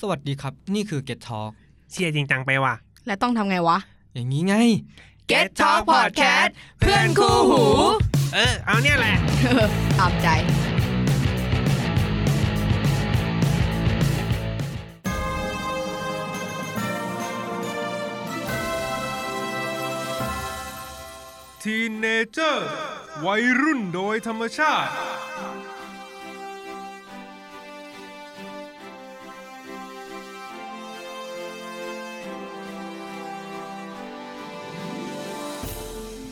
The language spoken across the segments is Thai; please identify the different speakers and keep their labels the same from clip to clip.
Speaker 1: สวัสดีครับ นี่คือ Get Talk
Speaker 2: เชียร์จริงจังไปว่ะ
Speaker 3: และต้องทำไงวะ
Speaker 1: อย่างนี้ไง
Speaker 2: Get Talk Podcast เพื่อนคู่หู เออ เอาเนี่ยแหละ
Speaker 3: ตามใจ
Speaker 4: ทีนเนเจอร์วัยรุ่นโดยธรรมชาติ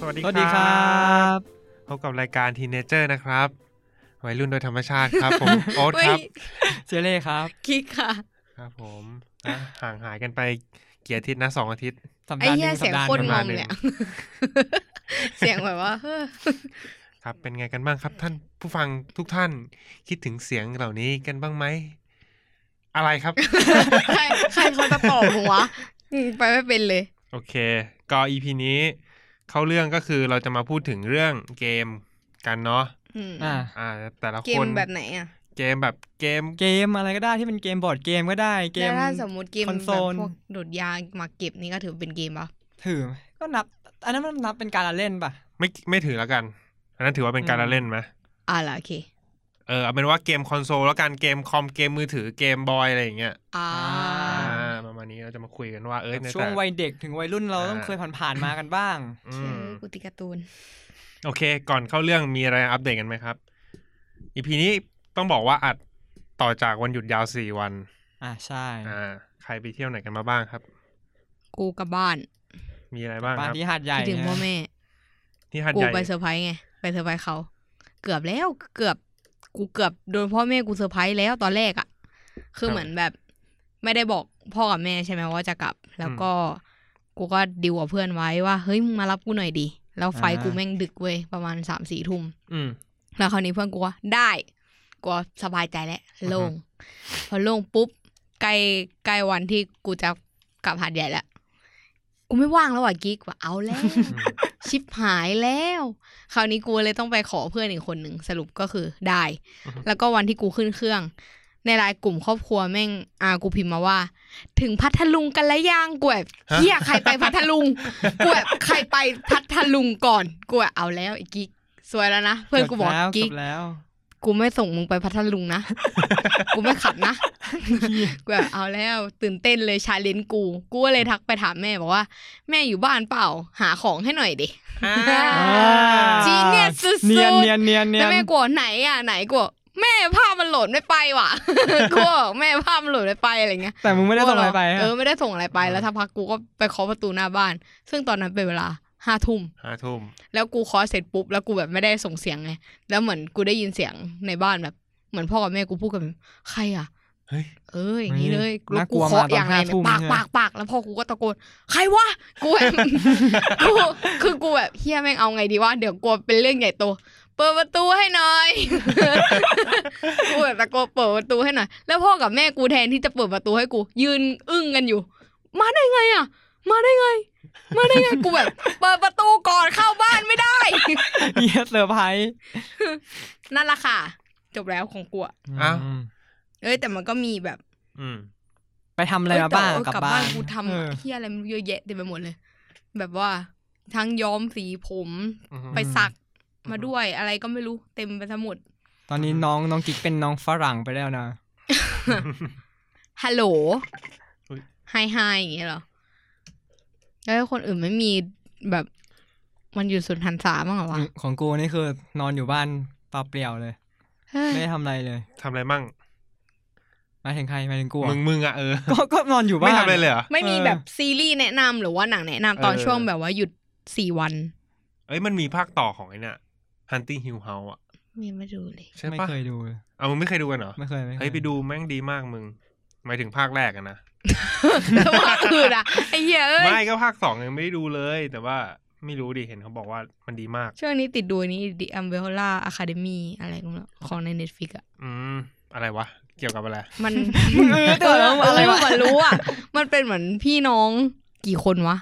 Speaker 2: สวัสดี
Speaker 1: สวัสดีครับ
Speaker 2: พบกับรายการทีเนเจอร์นะครับ วัยรุ่นโดยธรรมชาติครับ ผม โอ๊ตครับ
Speaker 1: เจเล่ครับ
Speaker 3: คิกค่ะ
Speaker 2: ครับผมอ่ะห่างหายกันไปเกียรติตย์นะสองอาทิตย์
Speaker 1: สัป
Speaker 3: ไอ้
Speaker 1: ดาห์ห
Speaker 3: แย่
Speaker 1: นึ่ง
Speaker 3: เสียง
Speaker 1: สัปดาห์
Speaker 3: โค
Speaker 1: ห
Speaker 3: ตร
Speaker 1: นึ่ง
Speaker 3: ง
Speaker 2: มา
Speaker 3: งเนี่ย เสียงแบบว่าเฮ้อ
Speaker 2: ครับ เป็นไงกันบ้างครับ ท่านผู้ฟังทุกท่านคิดถึงเสียงเหล่านี้กันบ้างไหม อะไร ครับ
Speaker 3: ใครใครเขาจะตอบหัวอืมไปไม่เป็นเลย
Speaker 2: โอเค ก็อีพีนี้ เข้าเรื่องก็คือเราจะมาพูดถึงเรื่องเกมกันเนาะ
Speaker 3: อืม
Speaker 1: อ่า
Speaker 2: อ่า แต่ละ
Speaker 3: เก
Speaker 2: ค
Speaker 3: ม
Speaker 2: น
Speaker 3: แบบไหนอ่ะ
Speaker 2: เกมแบบเกม
Speaker 1: เกมอะไรก็ได้ที่เป็นเกมบอร์ดเกมก็ได้เก
Speaker 3: แล้
Speaker 1: ม
Speaker 3: วถ้าสมมติเกม
Speaker 1: คอน
Speaker 3: แบ
Speaker 1: โซ
Speaker 3: บ
Speaker 1: ล
Speaker 3: พวกโดดยางมาเก็บนี่ก็ถือเป็นเกมปะ
Speaker 1: ถือไหมก็นับ อันนั้นมันนับเป็นการละเล่นป่ะ
Speaker 2: ไม่ไม่ถือแล้วกัน อันนั้นถือว่าเป็นการ
Speaker 1: อืม
Speaker 2: ละเล่นไหม
Speaker 3: อ่าล่ะโอเค
Speaker 2: เออเอาเป็นว่าเกมคอนโซลแล้วกันเกมคอมเกมมือถือเกมบอยอะไรอย่างเงี้ย
Speaker 3: อ่า
Speaker 1: อ่า
Speaker 2: อ่าประมาณนี้เราจะมาคุยกันว่าเอ้ยใน
Speaker 1: ช่วง
Speaker 2: แต่
Speaker 1: วัยเด็กถึงวัยรุ่นเราต้อง
Speaker 2: อ่า
Speaker 1: เคยผ่านๆมากันบ้าง
Speaker 2: อื
Speaker 3: เชื่อ
Speaker 2: ม
Speaker 3: กูติการ์ตูน
Speaker 2: โอเค ก่อนเข้าเรื่องมีอะไรอัปเดตกันไหมครับอีพีนี้ต้องบอกว่าอัดต่อจากวันหยุดยาวสี่วัน
Speaker 1: อ่าใช่
Speaker 2: อ่าใครไปเที่ยวไหนกันมาบ้างครับ
Speaker 3: กูกลับบ้าน
Speaker 2: มีอะไรบ้าง
Speaker 1: บ้าน
Speaker 2: ครับ
Speaker 1: ที่หาดใหญ่
Speaker 3: คิดถึงพ่อแม่
Speaker 2: ที่หาด
Speaker 3: กู
Speaker 2: ใหญ่
Speaker 3: ไปเซอร์ไพรส์ไง ไปเซอร์ไพรส์เขา เกือบแล้วเกือบกูเกือบโดนพ่อแม่กูเซอร์ไพรส์แล้วตอนแรกอะ่ะ คือเหมือนแบบ ไม่ได้บอกพ่อกับแม่ใช่ไหมว่าจะกลับ แล้วก็กูก็ดิวกับเพื่อนไว้ว่าเฮ้ยมึงมารับกูหน่อยดิแล้วไฟล์กูแม่งดึกเว้ยประมาณสามสี่ทุ่ม
Speaker 2: อืม
Speaker 3: แล้วคราวนี้เพื่อนกูว่าได้กูว่าสบายใจแล้วโล่ง
Speaker 2: อื
Speaker 3: พอโล่งปุ๊บใกล้ใกล้วันที่กูจะกลับหาดใหญ่แล้วกูไม่ว่างแล้วอ่ะกิ๊กว่าเอาแล้ว
Speaker 2: อืม
Speaker 3: ชิบหายแล้ว คราวนี้กูเลยต้องไปขอเพื่อนอีกคนหนึ่งสรุปก็คือได้ แล้วก็วันที่กูขึ้นเครื่อง ในไลน์กลุ่มครอบครัวแม่งอากูพิมพ์มาว่า ถึงพัทลุงกันแล้วยังกูแบบเฮียใครไปพัทลุงกูแบบใครไปพัทลุงก่อนกูแบบเอาแล้วไอ้กิ๊กสวยแล้วนะเพื่อนกูบอก
Speaker 1: จแล้วจ
Speaker 3: กิ๊ก
Speaker 1: บแล้ว
Speaker 3: กูไม่ส่งมึงไปพัทลุง นะ กูไม่ขับนะ กูแบบเอาแล้วตื่นเต้นเลยชาเลนจ์กู กูก็เลยทักไปถามแม่บอกว่า แม่อยู่บ้านเปล่า หาของให้หน่อยดิ
Speaker 2: อ่า
Speaker 3: อ่า Genius สุดๆ
Speaker 1: เนียนเนียนเนียนเนี
Speaker 3: แล้
Speaker 1: ยน
Speaker 3: วแม่กลัวไหนอ่ะไหนกลัวแม่ภาพมันโหลดไม่ไปว่ะ กลัวแม่ภาพมันโหลดไม่ไปอะไรเงี้ย
Speaker 1: แต่มึงไม่ได้ส่งอะไรไป
Speaker 3: เออไม่ได้ส่งอะไรไปแล้วทักพักกูก็ไปเคาะประตูหน้าบ้าน ซึ่งตอนนั้นเป็นเวลาห้าทุ่ม
Speaker 2: ห้าทุ่ม
Speaker 3: แล้วกูเคาะเสร็จปุ๊บแล้วกูแบบไม่ได้ส่งเสียงไงแล้วเหมือนกูได้ยินเสียงในบ้านแบบเหมือนพ่อกับแม่กูพูดกันใครอ่ะ
Speaker 2: เฮ้ย
Speaker 3: เอออย่างนี้เลย
Speaker 1: น่ากลั
Speaker 3: กู
Speaker 1: ว
Speaker 3: เคาะ
Speaker 1: มาตอย่
Speaker 3: อาน งไร
Speaker 1: ห้า
Speaker 3: เนี่ย
Speaker 1: ทุ่ม
Speaker 3: ปาก
Speaker 1: เนี่ย
Speaker 3: ปากปากแล้วพ่อกูก็ตะโกนใครวะกูแบบ กูคือกูแบบเฮียแม่งเอาไงดีวะเดี๋ยวกลัวเป็นเรื่องใหญ่โตเปิดประตูให้หน่อย กูแบบตะโกนเปิดประตูให้หน่อยแล้วพ่อกับแม่กูแทนที่จะเปิดประตูให้กู ยืนอึ้งกันอยู่ มาได้ไงอ่ะ มาได้ไง มาได้ไงกูแบบ เปิดประตูก่อนเข้าบ้านไม่ได้
Speaker 1: เฮียเซอร์ไพรส์
Speaker 3: นั่นละค่ะ จบแล้วของกูอะ
Speaker 2: อ้าว
Speaker 1: ม
Speaker 3: เอ้ยแต่มันก็มีแบบ
Speaker 2: อืม
Speaker 1: ไปทำอะไรมา
Speaker 3: เยแต่
Speaker 1: บ้าง
Speaker 3: ว่
Speaker 1: กลับ
Speaker 3: กลับ
Speaker 1: บ้า
Speaker 3: บ้าน นกูท
Speaker 1: เออ
Speaker 3: ำเฮียอะไรไม่รู้เยอะแยะเต็มไปหมดเลย แบบว่าทั้งย้อมสีผม
Speaker 2: อือฮึ
Speaker 3: ไปสัก
Speaker 2: อืม
Speaker 3: มาด้วยอะไรก็ไม่รู้เต็มไปทั้งหมด
Speaker 1: ตอนนี้น้องน้องกิ๊กเป็นน้องฝรั่งไปแล้วนะ
Speaker 3: ฮัลโหล
Speaker 2: อุ๊ย
Speaker 3: ไฮไฮอย่างเงี้ยเหรอ แล้วคนอื่นไม่มีแบบมันอยู่สุนทรรษาบ้างเหรอวะ
Speaker 1: ของกูนี่คือนอนอยู่บ้านเปล่าเปลี่ยวเลย
Speaker 3: เฮ้ย
Speaker 1: ไม่ได้ทำอะไรเลย
Speaker 2: ทำอะไรมั่ง
Speaker 1: หมายถึงใครหมายถึงกูอะ
Speaker 2: มึงมึงอ่ะเออ
Speaker 1: ก็ก็นอนอยู่บ้าน
Speaker 2: ไม่ทำอะไรเลยเหรอ
Speaker 3: ไม่มี
Speaker 1: เออ
Speaker 3: แบบซีรีส์แนะนำหรือว่าหนังแนะนำตอน
Speaker 2: เออ
Speaker 3: ช่วงแบบว่าหยุดสี่วัน
Speaker 2: เอ้ยมันมีภาคต่อของไอ้เนี่ย Hunting Hill House อ่ะ
Speaker 3: ยังไม่ดู เลย
Speaker 2: ใช่
Speaker 1: ไม่
Speaker 2: ปะ
Speaker 1: เคยดูเลย
Speaker 2: เอามึงไม่เคยดูกันเหรอ
Speaker 1: ไม่เคยไม่ค
Speaker 2: เฮ้ยไปดูแม่งดีมากมึงหมายถึงภาคแรกอะนะ
Speaker 3: แต่ว่าอื่นอะไอ้เหี้ยเอ้ย
Speaker 2: ไม่ก็ภาคสองยังไม่ได้ดูเลย แต่ว่าไม่รู้ดิเห็นเขาบอกว่ามันดีมาก
Speaker 3: ช่วงนี้ติดดูอันนี้ดิอัมเบลล่าอะคาเดมีอะไรก็ไม่รู้ของในเน็ตฟิกอะ
Speaker 2: อืมอะไรวะ เกี่ยวกับอะไร
Speaker 3: มัน
Speaker 1: เออเดี๋ยวแล้ว
Speaker 3: อะ
Speaker 1: อะไรไร
Speaker 3: วะ
Speaker 1: วะ
Speaker 3: รู้ อ่ะ มันเป็นเหมือนพี่น้องกี่คนวะ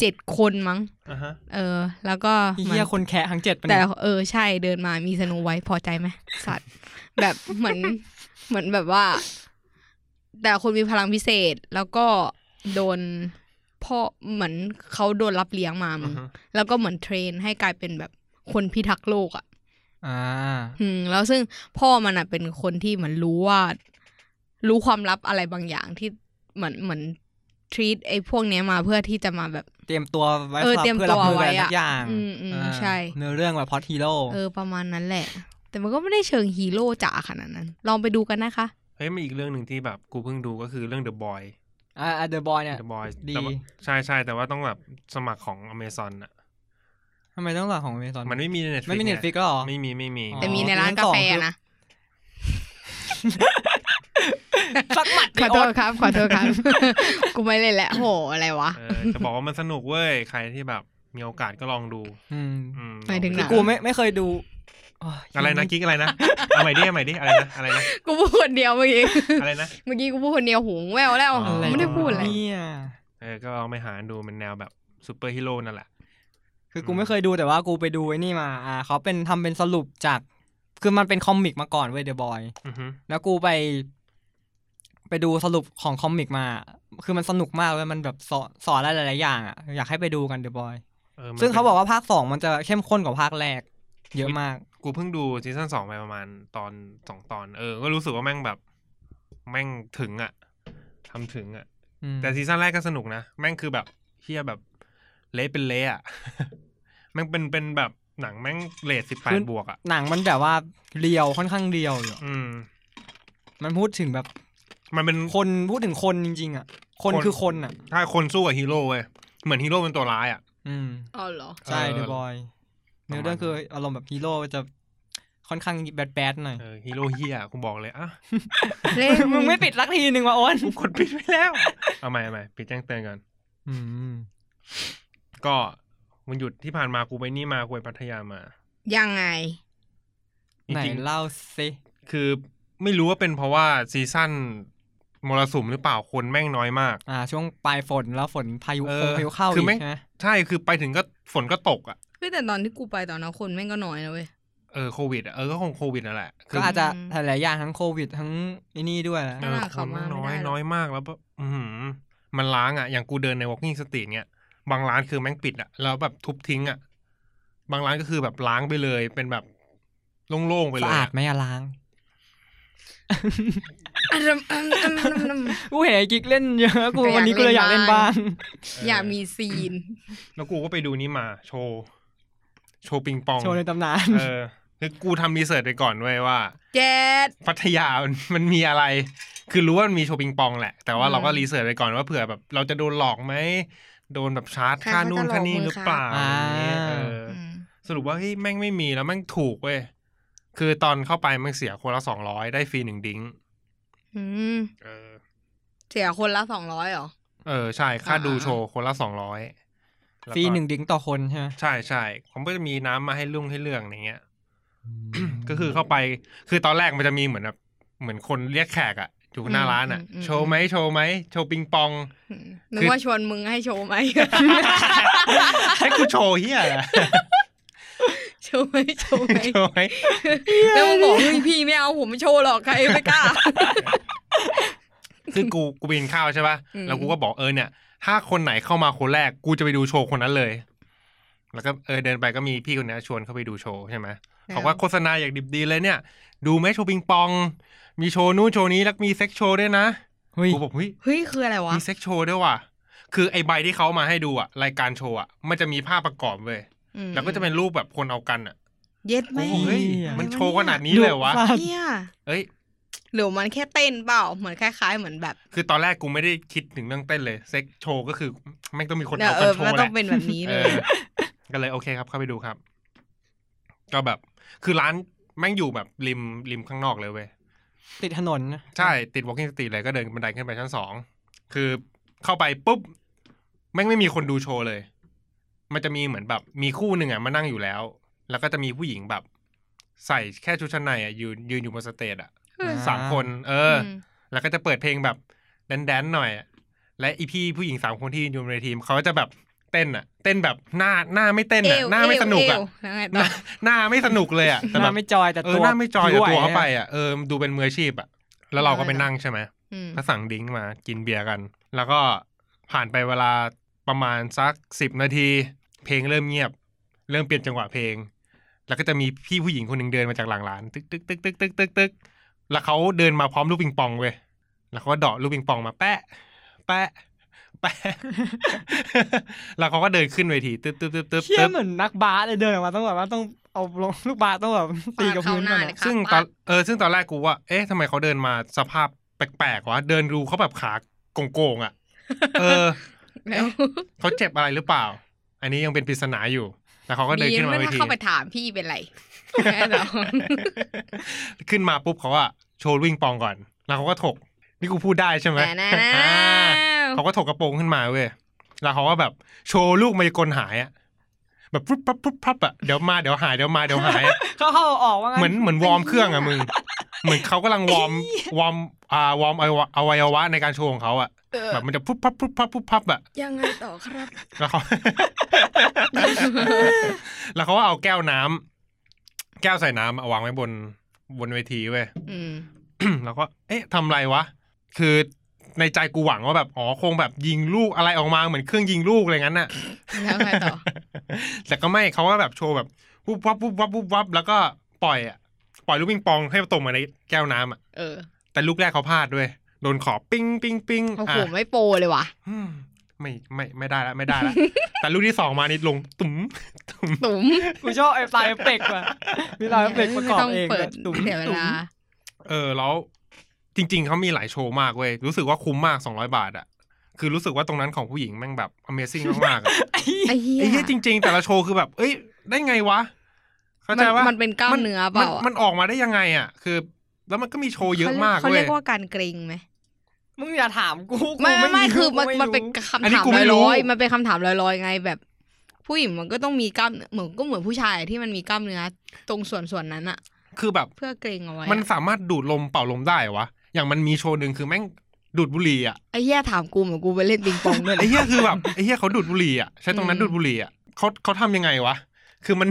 Speaker 3: เจ็ดคนมั้ง
Speaker 2: อ่ะฮะ
Speaker 3: เออ แล้วก็
Speaker 1: ไอ้
Speaker 3: หมือน
Speaker 1: เฮียคนแคะทั้งเจ็ดเป็น
Speaker 3: แต่ละเออใช่เดินมามี สโนไว้พอใจไหมสัตว์ แบบเหมือนเหมือนแบบว่า แต่คนมีพลังพิเศษแล้วก็โดนพ่อเหมือนเขาโดนรับเลี้ยงมามึง
Speaker 2: อือฮะ
Speaker 3: แล้วก็เหมือนเทรนให้กลายเป็นแบบคนพิทักษ์โลกอ่ะ
Speaker 1: อ่า
Speaker 3: อืมแล้วซึ่งพ่อมันอ่ะเป็นคนที่เหมือนรู้ว่า รู้ความลับอะไรบางอย่างที่เหมือนเหมือนทรีตไอ้พวกเนี้ยมาเพื่อที่จะมาแบบ
Speaker 1: เตรียมตัวไว้
Speaker 3: เออ
Speaker 1: สำหรับ
Speaker 3: เตรียม
Speaker 1: เพื่อรับ
Speaker 3: ตัว
Speaker 1: มือ
Speaker 3: ไว้
Speaker 1: กับ
Speaker 3: อะ
Speaker 1: ทุกอย่าง
Speaker 3: อืมอืมา ใช่
Speaker 1: เนื้อเรื่องแบบพอดฮีโร่
Speaker 3: เออประมาณนั้นแหละ แต่มันก็ไม่ได้เชิงฮีโร่จ๋าขนาดนั้น ลองไปดูกันนะคะ
Speaker 2: เฮ้ยมีอีกเรื่องหนึ่งที่แบบกูเพิ่งดูก็คือเรื่อง The Boy
Speaker 1: อ่าเดอะบอยเนี่ย
Speaker 2: The Boy
Speaker 1: ดี
Speaker 2: แต่ว่าใช่ใช่แต่ว่าต้องแบบสมัครของ Amazon อ่ะ
Speaker 1: ทำไมต้องหลักของเมซอน
Speaker 2: มันไม่มีใน Netflix
Speaker 1: ไม่มี
Speaker 2: ง
Speaker 1: เน็ตฟิกหรอ
Speaker 2: ไม่มีไม่มี
Speaker 1: อ๋อ
Speaker 3: แต่มีในร้านกาแฟนะ
Speaker 1: สักหมัด
Speaker 3: ข
Speaker 1: ดิ
Speaker 3: อโทษครับ ขอโทษครับ กูไม่เล่นแห ละโหอะไรวะ
Speaker 2: เออจะบอกว่ามันสนุกเว้ย ใครที่แบบมีโอกาสก็ลองดู
Speaker 1: อืม
Speaker 2: อืม
Speaker 3: หมายถึงหนัง
Speaker 1: กูไม่ไม่เคยดูโย
Speaker 2: อะไรนะกิ๊กอะไรนะเอาใหม่ดิเอาใหม่ดิอะไรนะอะไรนะ
Speaker 3: กูพูดคนเดียวเมื่อกี้
Speaker 2: อะไรนะ
Speaker 3: เมื่อกี้กูพูดคนเดียวหูแววแล้ว
Speaker 2: อ๋อ
Speaker 3: ไม่ได้พูดอะไร
Speaker 1: เนี่ย
Speaker 2: เออก็ลองไปหาดูมันแนวแบบซูเปอร์ฮีโร่นั่นแหละ
Speaker 1: คือกูไม่เคยดูแต่ว่ากูไปดูไอ้นี่มาอ่าเขาเป็นทำเป็นสรุปจาก คือมันเป็นคอมิกมาก่อนเว้ยเดอะบอย
Speaker 2: อือฮึ
Speaker 1: แล้วกูไป ไปดูสรุปของคอมิกมา คือมันสนุกมากเลยมันแบบสอนสอนอะไรหลายๆอย่างอ่ะ อยากให้ไปดูกันเดอะบอย
Speaker 2: ออมัน
Speaker 1: ซึ่งเขา
Speaker 2: ป็น
Speaker 1: บอกว่าภาคสองมันจะเข้มข้นกว่าภาคแรก เยอะมาก
Speaker 2: กูเพิ่งดูซีซั่นสองไปประมาณตอนสองตอน เออ ก็รู้สึกว่าแม่งแบบ แม่งถึงอะทำถึงอะ
Speaker 1: อืม
Speaker 2: แต่ซีซั่นแรกก็สนุกนะ แม่งคือแบบเฮียแบบ เละเป็นเละอะ แม่งเป็นเป็นแบบหนังแม่งเลทสิบแปดบวกอะ
Speaker 1: หนังมันแบบว่าเรียวค่อนข้างเรียวอยู่
Speaker 2: อืม
Speaker 1: มันพูดถึงแบบ
Speaker 2: มันเป็น
Speaker 1: คนพูดถึงคนจริง ๆ อ่ะ คน
Speaker 2: คน
Speaker 1: คือคนอ่ะ
Speaker 2: ถ้าคนสู้กับฮีโร่เว้ยเหมือนฮีโร่เป็นตัวร้ายอ่ะ
Speaker 1: อืม
Speaker 3: อ๋อเหรอ
Speaker 1: ใช่
Speaker 2: เออ
Speaker 1: เดอะบอยเนื้อเรื่อง
Speaker 2: ประมาณ
Speaker 1: คืออารมณ์แบบฮีโร่จะค่อนข้างแบดแบดๆหน่อย
Speaker 2: เออฮีโร่เฮียกูบอกเลยอ่ะ
Speaker 3: เล่น
Speaker 1: มึงไม่ปิดสักทีหนึ่งวะโอ้น
Speaker 2: กูกดปิดไปแล้ว เอาใหม่เอาใหม่ปิดแจ้งเตือนก่อน
Speaker 1: อืม
Speaker 2: ก็วันหยุดที่ผ่านมากูไปนี่มากูไปพัทยามา
Speaker 3: ยังไง
Speaker 2: จ
Speaker 1: ไหน
Speaker 2: ริง
Speaker 1: เล่าสิ
Speaker 2: ๆคือไม่รู้ว่าเป็นเพราะว่าซีซั่นมรสุมหรือเปล่าคนแม่งน้อยมาก
Speaker 1: อ่า ช่วงปลายฝนแล้วฝนพายุ
Speaker 2: เออ
Speaker 1: คงพายุเข้า
Speaker 2: คือ
Speaker 1: อี
Speaker 2: ไม่
Speaker 1: กใช่ไหม
Speaker 2: ใช่คือไปถึงก็ฝนก็ตกอ่ะ
Speaker 3: เฮ้ยแต่ตอนที่กูไปตอนนั้นคนแม่งก็น้อยนะเว้ย
Speaker 2: เออโควิดอะเออก็คงโควิดนั่นแหละคื
Speaker 1: ก็อาจจะหลายๆอย่างทั้งโควิด ทั้งไอ้นี่ด้วย
Speaker 2: เออคนแม่งน้อย
Speaker 3: ฝรั่งเขามาไม่ได้หรอก
Speaker 2: น้อยมากแล้วแบบอื้อหือมันล้างอ่ะอย่างกูเดินใน walking street เนี่ยบางร้านคือแม่งปิดอ่ะแล้วแบบทุบทิ้งอ่ะบางร้านก็คือแบบล้างไปเลยเป็นแบบโล่งๆไปเล
Speaker 1: สะ
Speaker 2: ย
Speaker 1: อา
Speaker 2: อะ
Speaker 1: ดไหมอะล้าง
Speaker 3: อะรำอะรำอะรำอะรำ
Speaker 1: กูเห็นไอ้กิ๊กเล่นเยอะกู
Speaker 3: ก็อยาก
Speaker 1: วันนี้กูเลยอยาก
Speaker 3: เล่
Speaker 1: เล่
Speaker 3: น
Speaker 1: น
Speaker 3: บ้า
Speaker 1: บ้าง ง
Speaker 3: อย่ามีซีน
Speaker 2: แล้วกูก็ไปดูนี่มา โชว์ โชว์ปิงปอง
Speaker 1: โชว์ในตำนาน
Speaker 2: เออคือกูทำรีเสิร์ชไปก่อนเว้ยว่า
Speaker 3: เจ็ด
Speaker 2: พัทยามันมันมีอะไร คือรู้ว่ามันมีโชว์ปิงปองแหละ แต่ว่า
Speaker 3: อืม
Speaker 2: เราก็รีเสิร์ชไปก่อนว่าเผื่อแบบ เราจะโดนหลอกไหม โดนแบบชาร์จ
Speaker 3: ค่ะ
Speaker 2: ค่านู่น
Speaker 3: เขาจะ
Speaker 2: ค่านี่
Speaker 3: หลอก
Speaker 2: ห
Speaker 3: มื
Speaker 2: รือ อ
Speaker 3: ค่ะ
Speaker 2: เปล่าอย่างงี้เอออ
Speaker 3: ม
Speaker 2: สรุปว่าเฮ้ยแม่งไม่มีแล้วแม่งถูกเว้ย คือตอนเข้าไปแม่งเสียคนละสองร้อยได้ฟรีหนึ่งดิ้ง
Speaker 3: อืม
Speaker 2: เออ
Speaker 3: เสียคนละสองร้อยหรอ
Speaker 2: เออใช่ค่า
Speaker 3: อ่า
Speaker 2: ดูโชว์คนละสองร้อย
Speaker 1: ฟรีหนึ่งดิ้งต่อคนใช่ไหม
Speaker 2: ใช่ใช่ผมก็จะมีน้ำมาให้ลุ่งให้เรื่องอย่างเงี้ย ก็คือเข้าไป คือตอนแรกมันจะมีเหมือนแบบ เหมือนคนเรียกแขกอะอยู่หน้าร้านอะ
Speaker 3: อืมอืม
Speaker 2: โชว์ไหมโชว์ไหมโชว์ปิงปอง
Speaker 3: อืมนึก
Speaker 2: คือ
Speaker 3: ว่าชวนมึงให้โชว์ไหม
Speaker 2: ให้กูโชว์เฮียอะไร
Speaker 3: โชว์ไหมโชว์ไหม
Speaker 2: โชว์ไหม
Speaker 3: แล้วมึงบอกเฮ้ยพี่ไม่เอาผมไม่โชว์หรอกใครไม่กล้า
Speaker 2: คือกูกูไปกินข้าวใช่ป่ะ
Speaker 3: อืม
Speaker 2: แล้วกูก็บอกเออเนี่ย ถ้าคนไหนเข้ามาคนแรก กูจะไปดูโชว์คนนั้นเลย แล้วก็เออเดินไปก็มีพี่คนเนี้ยชวนเข้าไปดูโชว์ใช่ไหมเขาว่าโฆษณาอย่างดิบดีเลยเนี่ย ดูไหมโชว์ปิงปอง มีโชว์นู่นโชว์นี้แล้วมีเซ็กโชว์ด้วยนะ
Speaker 1: เฮ้ย
Speaker 2: กูบอกเฮ้ย
Speaker 3: เฮ้ยคืออะไรวะ
Speaker 2: มีเซ็กโชว์ด้วยว่ะ คือไอใบที่เขามาให้ดูอะรายการโชว์อะมันจะมีภาพประกอบเว้ย
Speaker 3: อืม
Speaker 2: แล้วก็จะเป็นรูปแบบคนเอากันอะ
Speaker 3: เย็ดไหม
Speaker 2: โอ้โหเฮ้ย มันโชว์ขนาดนี้เลยเหรอวะ
Speaker 1: สัตว์
Speaker 3: เนี่ย
Speaker 2: เอ้ย
Speaker 3: หรือมันแค่เต้นเปล่า เหมือนคล้าย ๆ เหมือนแบบ
Speaker 2: คือตอนแรกกูไม่ได้คิดถึงเรื่องเต้นเลย เซ็กโชว์ก็คือแม่งต้องมีคน
Speaker 3: เอ
Speaker 2: เอา
Speaker 3: อเอ
Speaker 2: กัน
Speaker 3: อ
Speaker 2: โช
Speaker 3: มัน
Speaker 2: ว์แห
Speaker 3: ก็ต้อ
Speaker 2: ละ
Speaker 3: งเป็นแบบนี้
Speaker 2: เอ
Speaker 3: เลย
Speaker 2: อก็เลยโอเคครับเข้าไปดูครับ ก็แบบ คือร้านแม่งอยู่แบบริมริมข้างนอกเลยเว้ย
Speaker 1: ติดถนนนะ
Speaker 2: ใช่ ติด walking street เลยก็เดินบันไดขึ้นไปชั้นสอง คือเข้าไปปุ๊บ แม่งไม่มีคนดูโชว์เลย มันจะมีเหมือนแบบ มีคู่หนึ่งอ่ะมานั่งอยู่แล้ว แล้วก็จะมีผู้หญิงแบบ ใส่แค่ชุดชั้นในอ่ะยืนยืนอยู่บนสเตจอ่ะ
Speaker 3: เออ
Speaker 2: สามคน เอออ
Speaker 3: ม
Speaker 2: แล้วก็จะเปิดเพลงแบบแดนๆหน่อยอะและอีพี่ผู้หญิงสามคนที่ยืนอยู่ในทีมเขาจะแบบเต้นอ่ะ เต้นแบบหน้าหน้าไม่เต้น
Speaker 3: เอ
Speaker 2: อ่ะ
Speaker 3: ว
Speaker 2: หน้าไม่
Speaker 3: เว
Speaker 2: สนุก
Speaker 3: เ
Speaker 2: อ่ะ
Speaker 3: แล้วไง
Speaker 2: ห
Speaker 3: ต่อ
Speaker 2: น้าหน้าไม่สนุกเลยอ่ะ
Speaker 1: ห
Speaker 2: แต่แบ
Speaker 1: น้า
Speaker 2: บ
Speaker 1: ไม่จอยแต่
Speaker 2: เอ
Speaker 1: ตั
Speaker 2: อ
Speaker 1: ว
Speaker 2: หน้าไม่จอยกับ
Speaker 1: ด้ย
Speaker 2: ตัวเข้าไปอ่ะเออดูเป็นมืออาชีพอ่ะแล้วเราก็ไปนั่งใช่ไหม
Speaker 3: อื อืม
Speaker 2: ก็สั่งดริ้งก์มากินเบียร์กัน แล้วก็ผ่านไปเวลาประมาณสักสิบนาที เพลงเริ่มเงียบ เริ่มเปลี่ยนจังหวะเพลง แล้วก็จะมีพี่ผู้หญิงคนหนึ่งเดินมาจากหลังร้านตึกตึกตึกตึกตึกตึกตึกแล้วเขาเดินมาพร้อมลูกปิงปองเว้ยแล้วเขาก็เดาะลูกปิงปองมาแปะ แปะ แปะ แล้วเขาก็เดินขึ้นเวทีตึ๊บตึ๊บตึ๊บตึ๊บ
Speaker 1: เชี่ย
Speaker 2: ตึ๊บ
Speaker 1: เหมือนนักบาสเลยเดินออกมาต้องแบบว่าต้องเอาลงลูกบาสต้องแบบตีกับพื้นก่อนอะ
Speaker 2: ซึ่งตอนเออซึ่งตอนแรกกูว่า เอ๊ะทำไมเขาเดินมาสภาพแปลกๆวะเดินดูเขาแบบขาโก่งๆอ่ะ เออ
Speaker 3: แล้ว
Speaker 2: เขาเจ็บอะไรหรือเปล่า อันนี้ยังเป็นปริศนาอยู่แล้วเขาก็เดินขึ้นมาเว
Speaker 3: ถ้า
Speaker 2: ที
Speaker 3: เข้าไปถามพี่เป็น ไรแน่นอน
Speaker 2: ขึ้นมาปุ๊บเขาอะโชว์วิ่งปองก่อน แล้วเขาก็ถก นี่กูพูดได้ใช่ไหม
Speaker 3: แต่แน่
Speaker 2: อ่าเขาก็ถกกระโปรงขึ้นมาเว้ยแล้วเขาก็แบบโชว์ลูกมายากลหายอะแบบปุ๊บปั๊บปุ๊บปั๊บอะเดี๋ยวมาเดี๋ยวหายเดี๋ยวมาเดี๋ยวหาย อะ
Speaker 1: เขาเข้าออกว่างั้น
Speaker 2: เหมือนเหมือนวอร์มเครื่องอะมึง เหมือนเขากำลังว อร์มวอร์มอ่าวอร์มอวัยวะอวัยวะในการโชว์ของเขาอะ
Speaker 3: เออ
Speaker 2: แบบมันจะพุบพับพุบพับพุบพับอะ
Speaker 3: ยังไงต่อครับ
Speaker 2: แล้วเขา แล้วเขาก็เอาแก้วน้ำแก้วใส่น้ำเอาวางไว้บนบนเวทีเว้ย
Speaker 3: อืม
Speaker 2: แล้วก็ เอ๊ะทำไรวะ คือในใจกูหวังว่าแบบอ๋อคงแบบยิงลูกอะไรออกมาเหมือนเครื่องยิงลูกอะไรงั้นน่ะ
Speaker 3: แล้วไงต่อ
Speaker 2: แต่ก็ไม่เขาก็แบบโชว์แบบวุบวับวุบวับวุบวับแล้วก็ปล่อยอะปล่อยลูกปิงปองให้ตกมาในแก้วน้ำอะ
Speaker 3: เออ
Speaker 2: แต่ลูกแรกเขาพลาดด้วย โดนขอบปิ้งปิ้งปิ้ง
Speaker 3: โอ้โห
Speaker 2: อ่ะ
Speaker 3: ไม่โปรเลยว่ะ
Speaker 2: อืมไม่ไม่ไม่ได้ละไม่ ได้ละ แต่ลูกที่สองมานี่ลงตุ๋มตุ๋ม
Speaker 3: ตุ๋ม
Speaker 1: กูชอบไอ้ลายเอฟเฟกต์ว่ะมีลายเอฟเฟกต์ประกอบเอง
Speaker 3: ไม่ต้เปิด
Speaker 1: ตุ๋ม
Speaker 3: เสียเวลา
Speaker 2: เออแล้วจริง ๆเขามีหลายโชว์มากเว้ย รู้สึกว่าคุ้มมากสองร้อยบาทอะคือรู้สึกว่าตรงนั้นของผู้หญิงแม่งแบบ Amazing มากๆอะ
Speaker 3: ไอ้เหี้ย
Speaker 2: ไอ้เหี้ยจริง ๆ แต่ละโชว์คือแบบ เอ้ย ได้ไงวะ เข้าใจว่า
Speaker 3: มั
Speaker 2: มัน
Speaker 3: เป็นกล้ามเนื้อเปล่าอะ
Speaker 2: มันออกมาได้ยังไงอะคือ แล้วมันก็มีโชว์เยอะมาก
Speaker 3: เขา
Speaker 2: เว้
Speaker 3: เรีย
Speaker 2: ย
Speaker 3: กว่าการเกรงไหม
Speaker 1: มึงอย่าถามกูกู
Speaker 3: ไม่ไม่ไม่คือมัน
Speaker 1: กู
Speaker 3: มันเป็น
Speaker 1: รู้
Speaker 3: คำ
Speaker 2: อันนี้
Speaker 3: ถาม
Speaker 2: กูไม่รู้
Speaker 3: ลอยๆมันเป็นคำถามลอยๆไงแบบ ผู้หญิงมันก็ต้องมีกล้ามเนื้อเหมือนก็เหมือนผู้ชายที่มันมีกล้ามเนื้อตรงส่วนส่วนนั้นอะ
Speaker 2: คือแบบ
Speaker 3: เพื่อเกรงเอาไว้
Speaker 2: มัน
Speaker 3: อะ
Speaker 2: สามารถดูดลมเป่าลมได้เหรอวะ อย่างมันมีโชว์หนึ่งคือแม่งดูดบุหรี่อ่ะ
Speaker 3: ไอ้แย่ถามกูเหมือนกูไปเล่นปิงปองด้วย
Speaker 2: ไอ้
Speaker 3: นะ
Speaker 2: เหี้ยคือแบบไอ้เหี้ยเขาดูดบุหรี่อ่ะใช้ตรงนั้น
Speaker 3: อืม
Speaker 2: ดูดบุหรี่อ่ะเขาเขาทำยังไงวะ คือมัน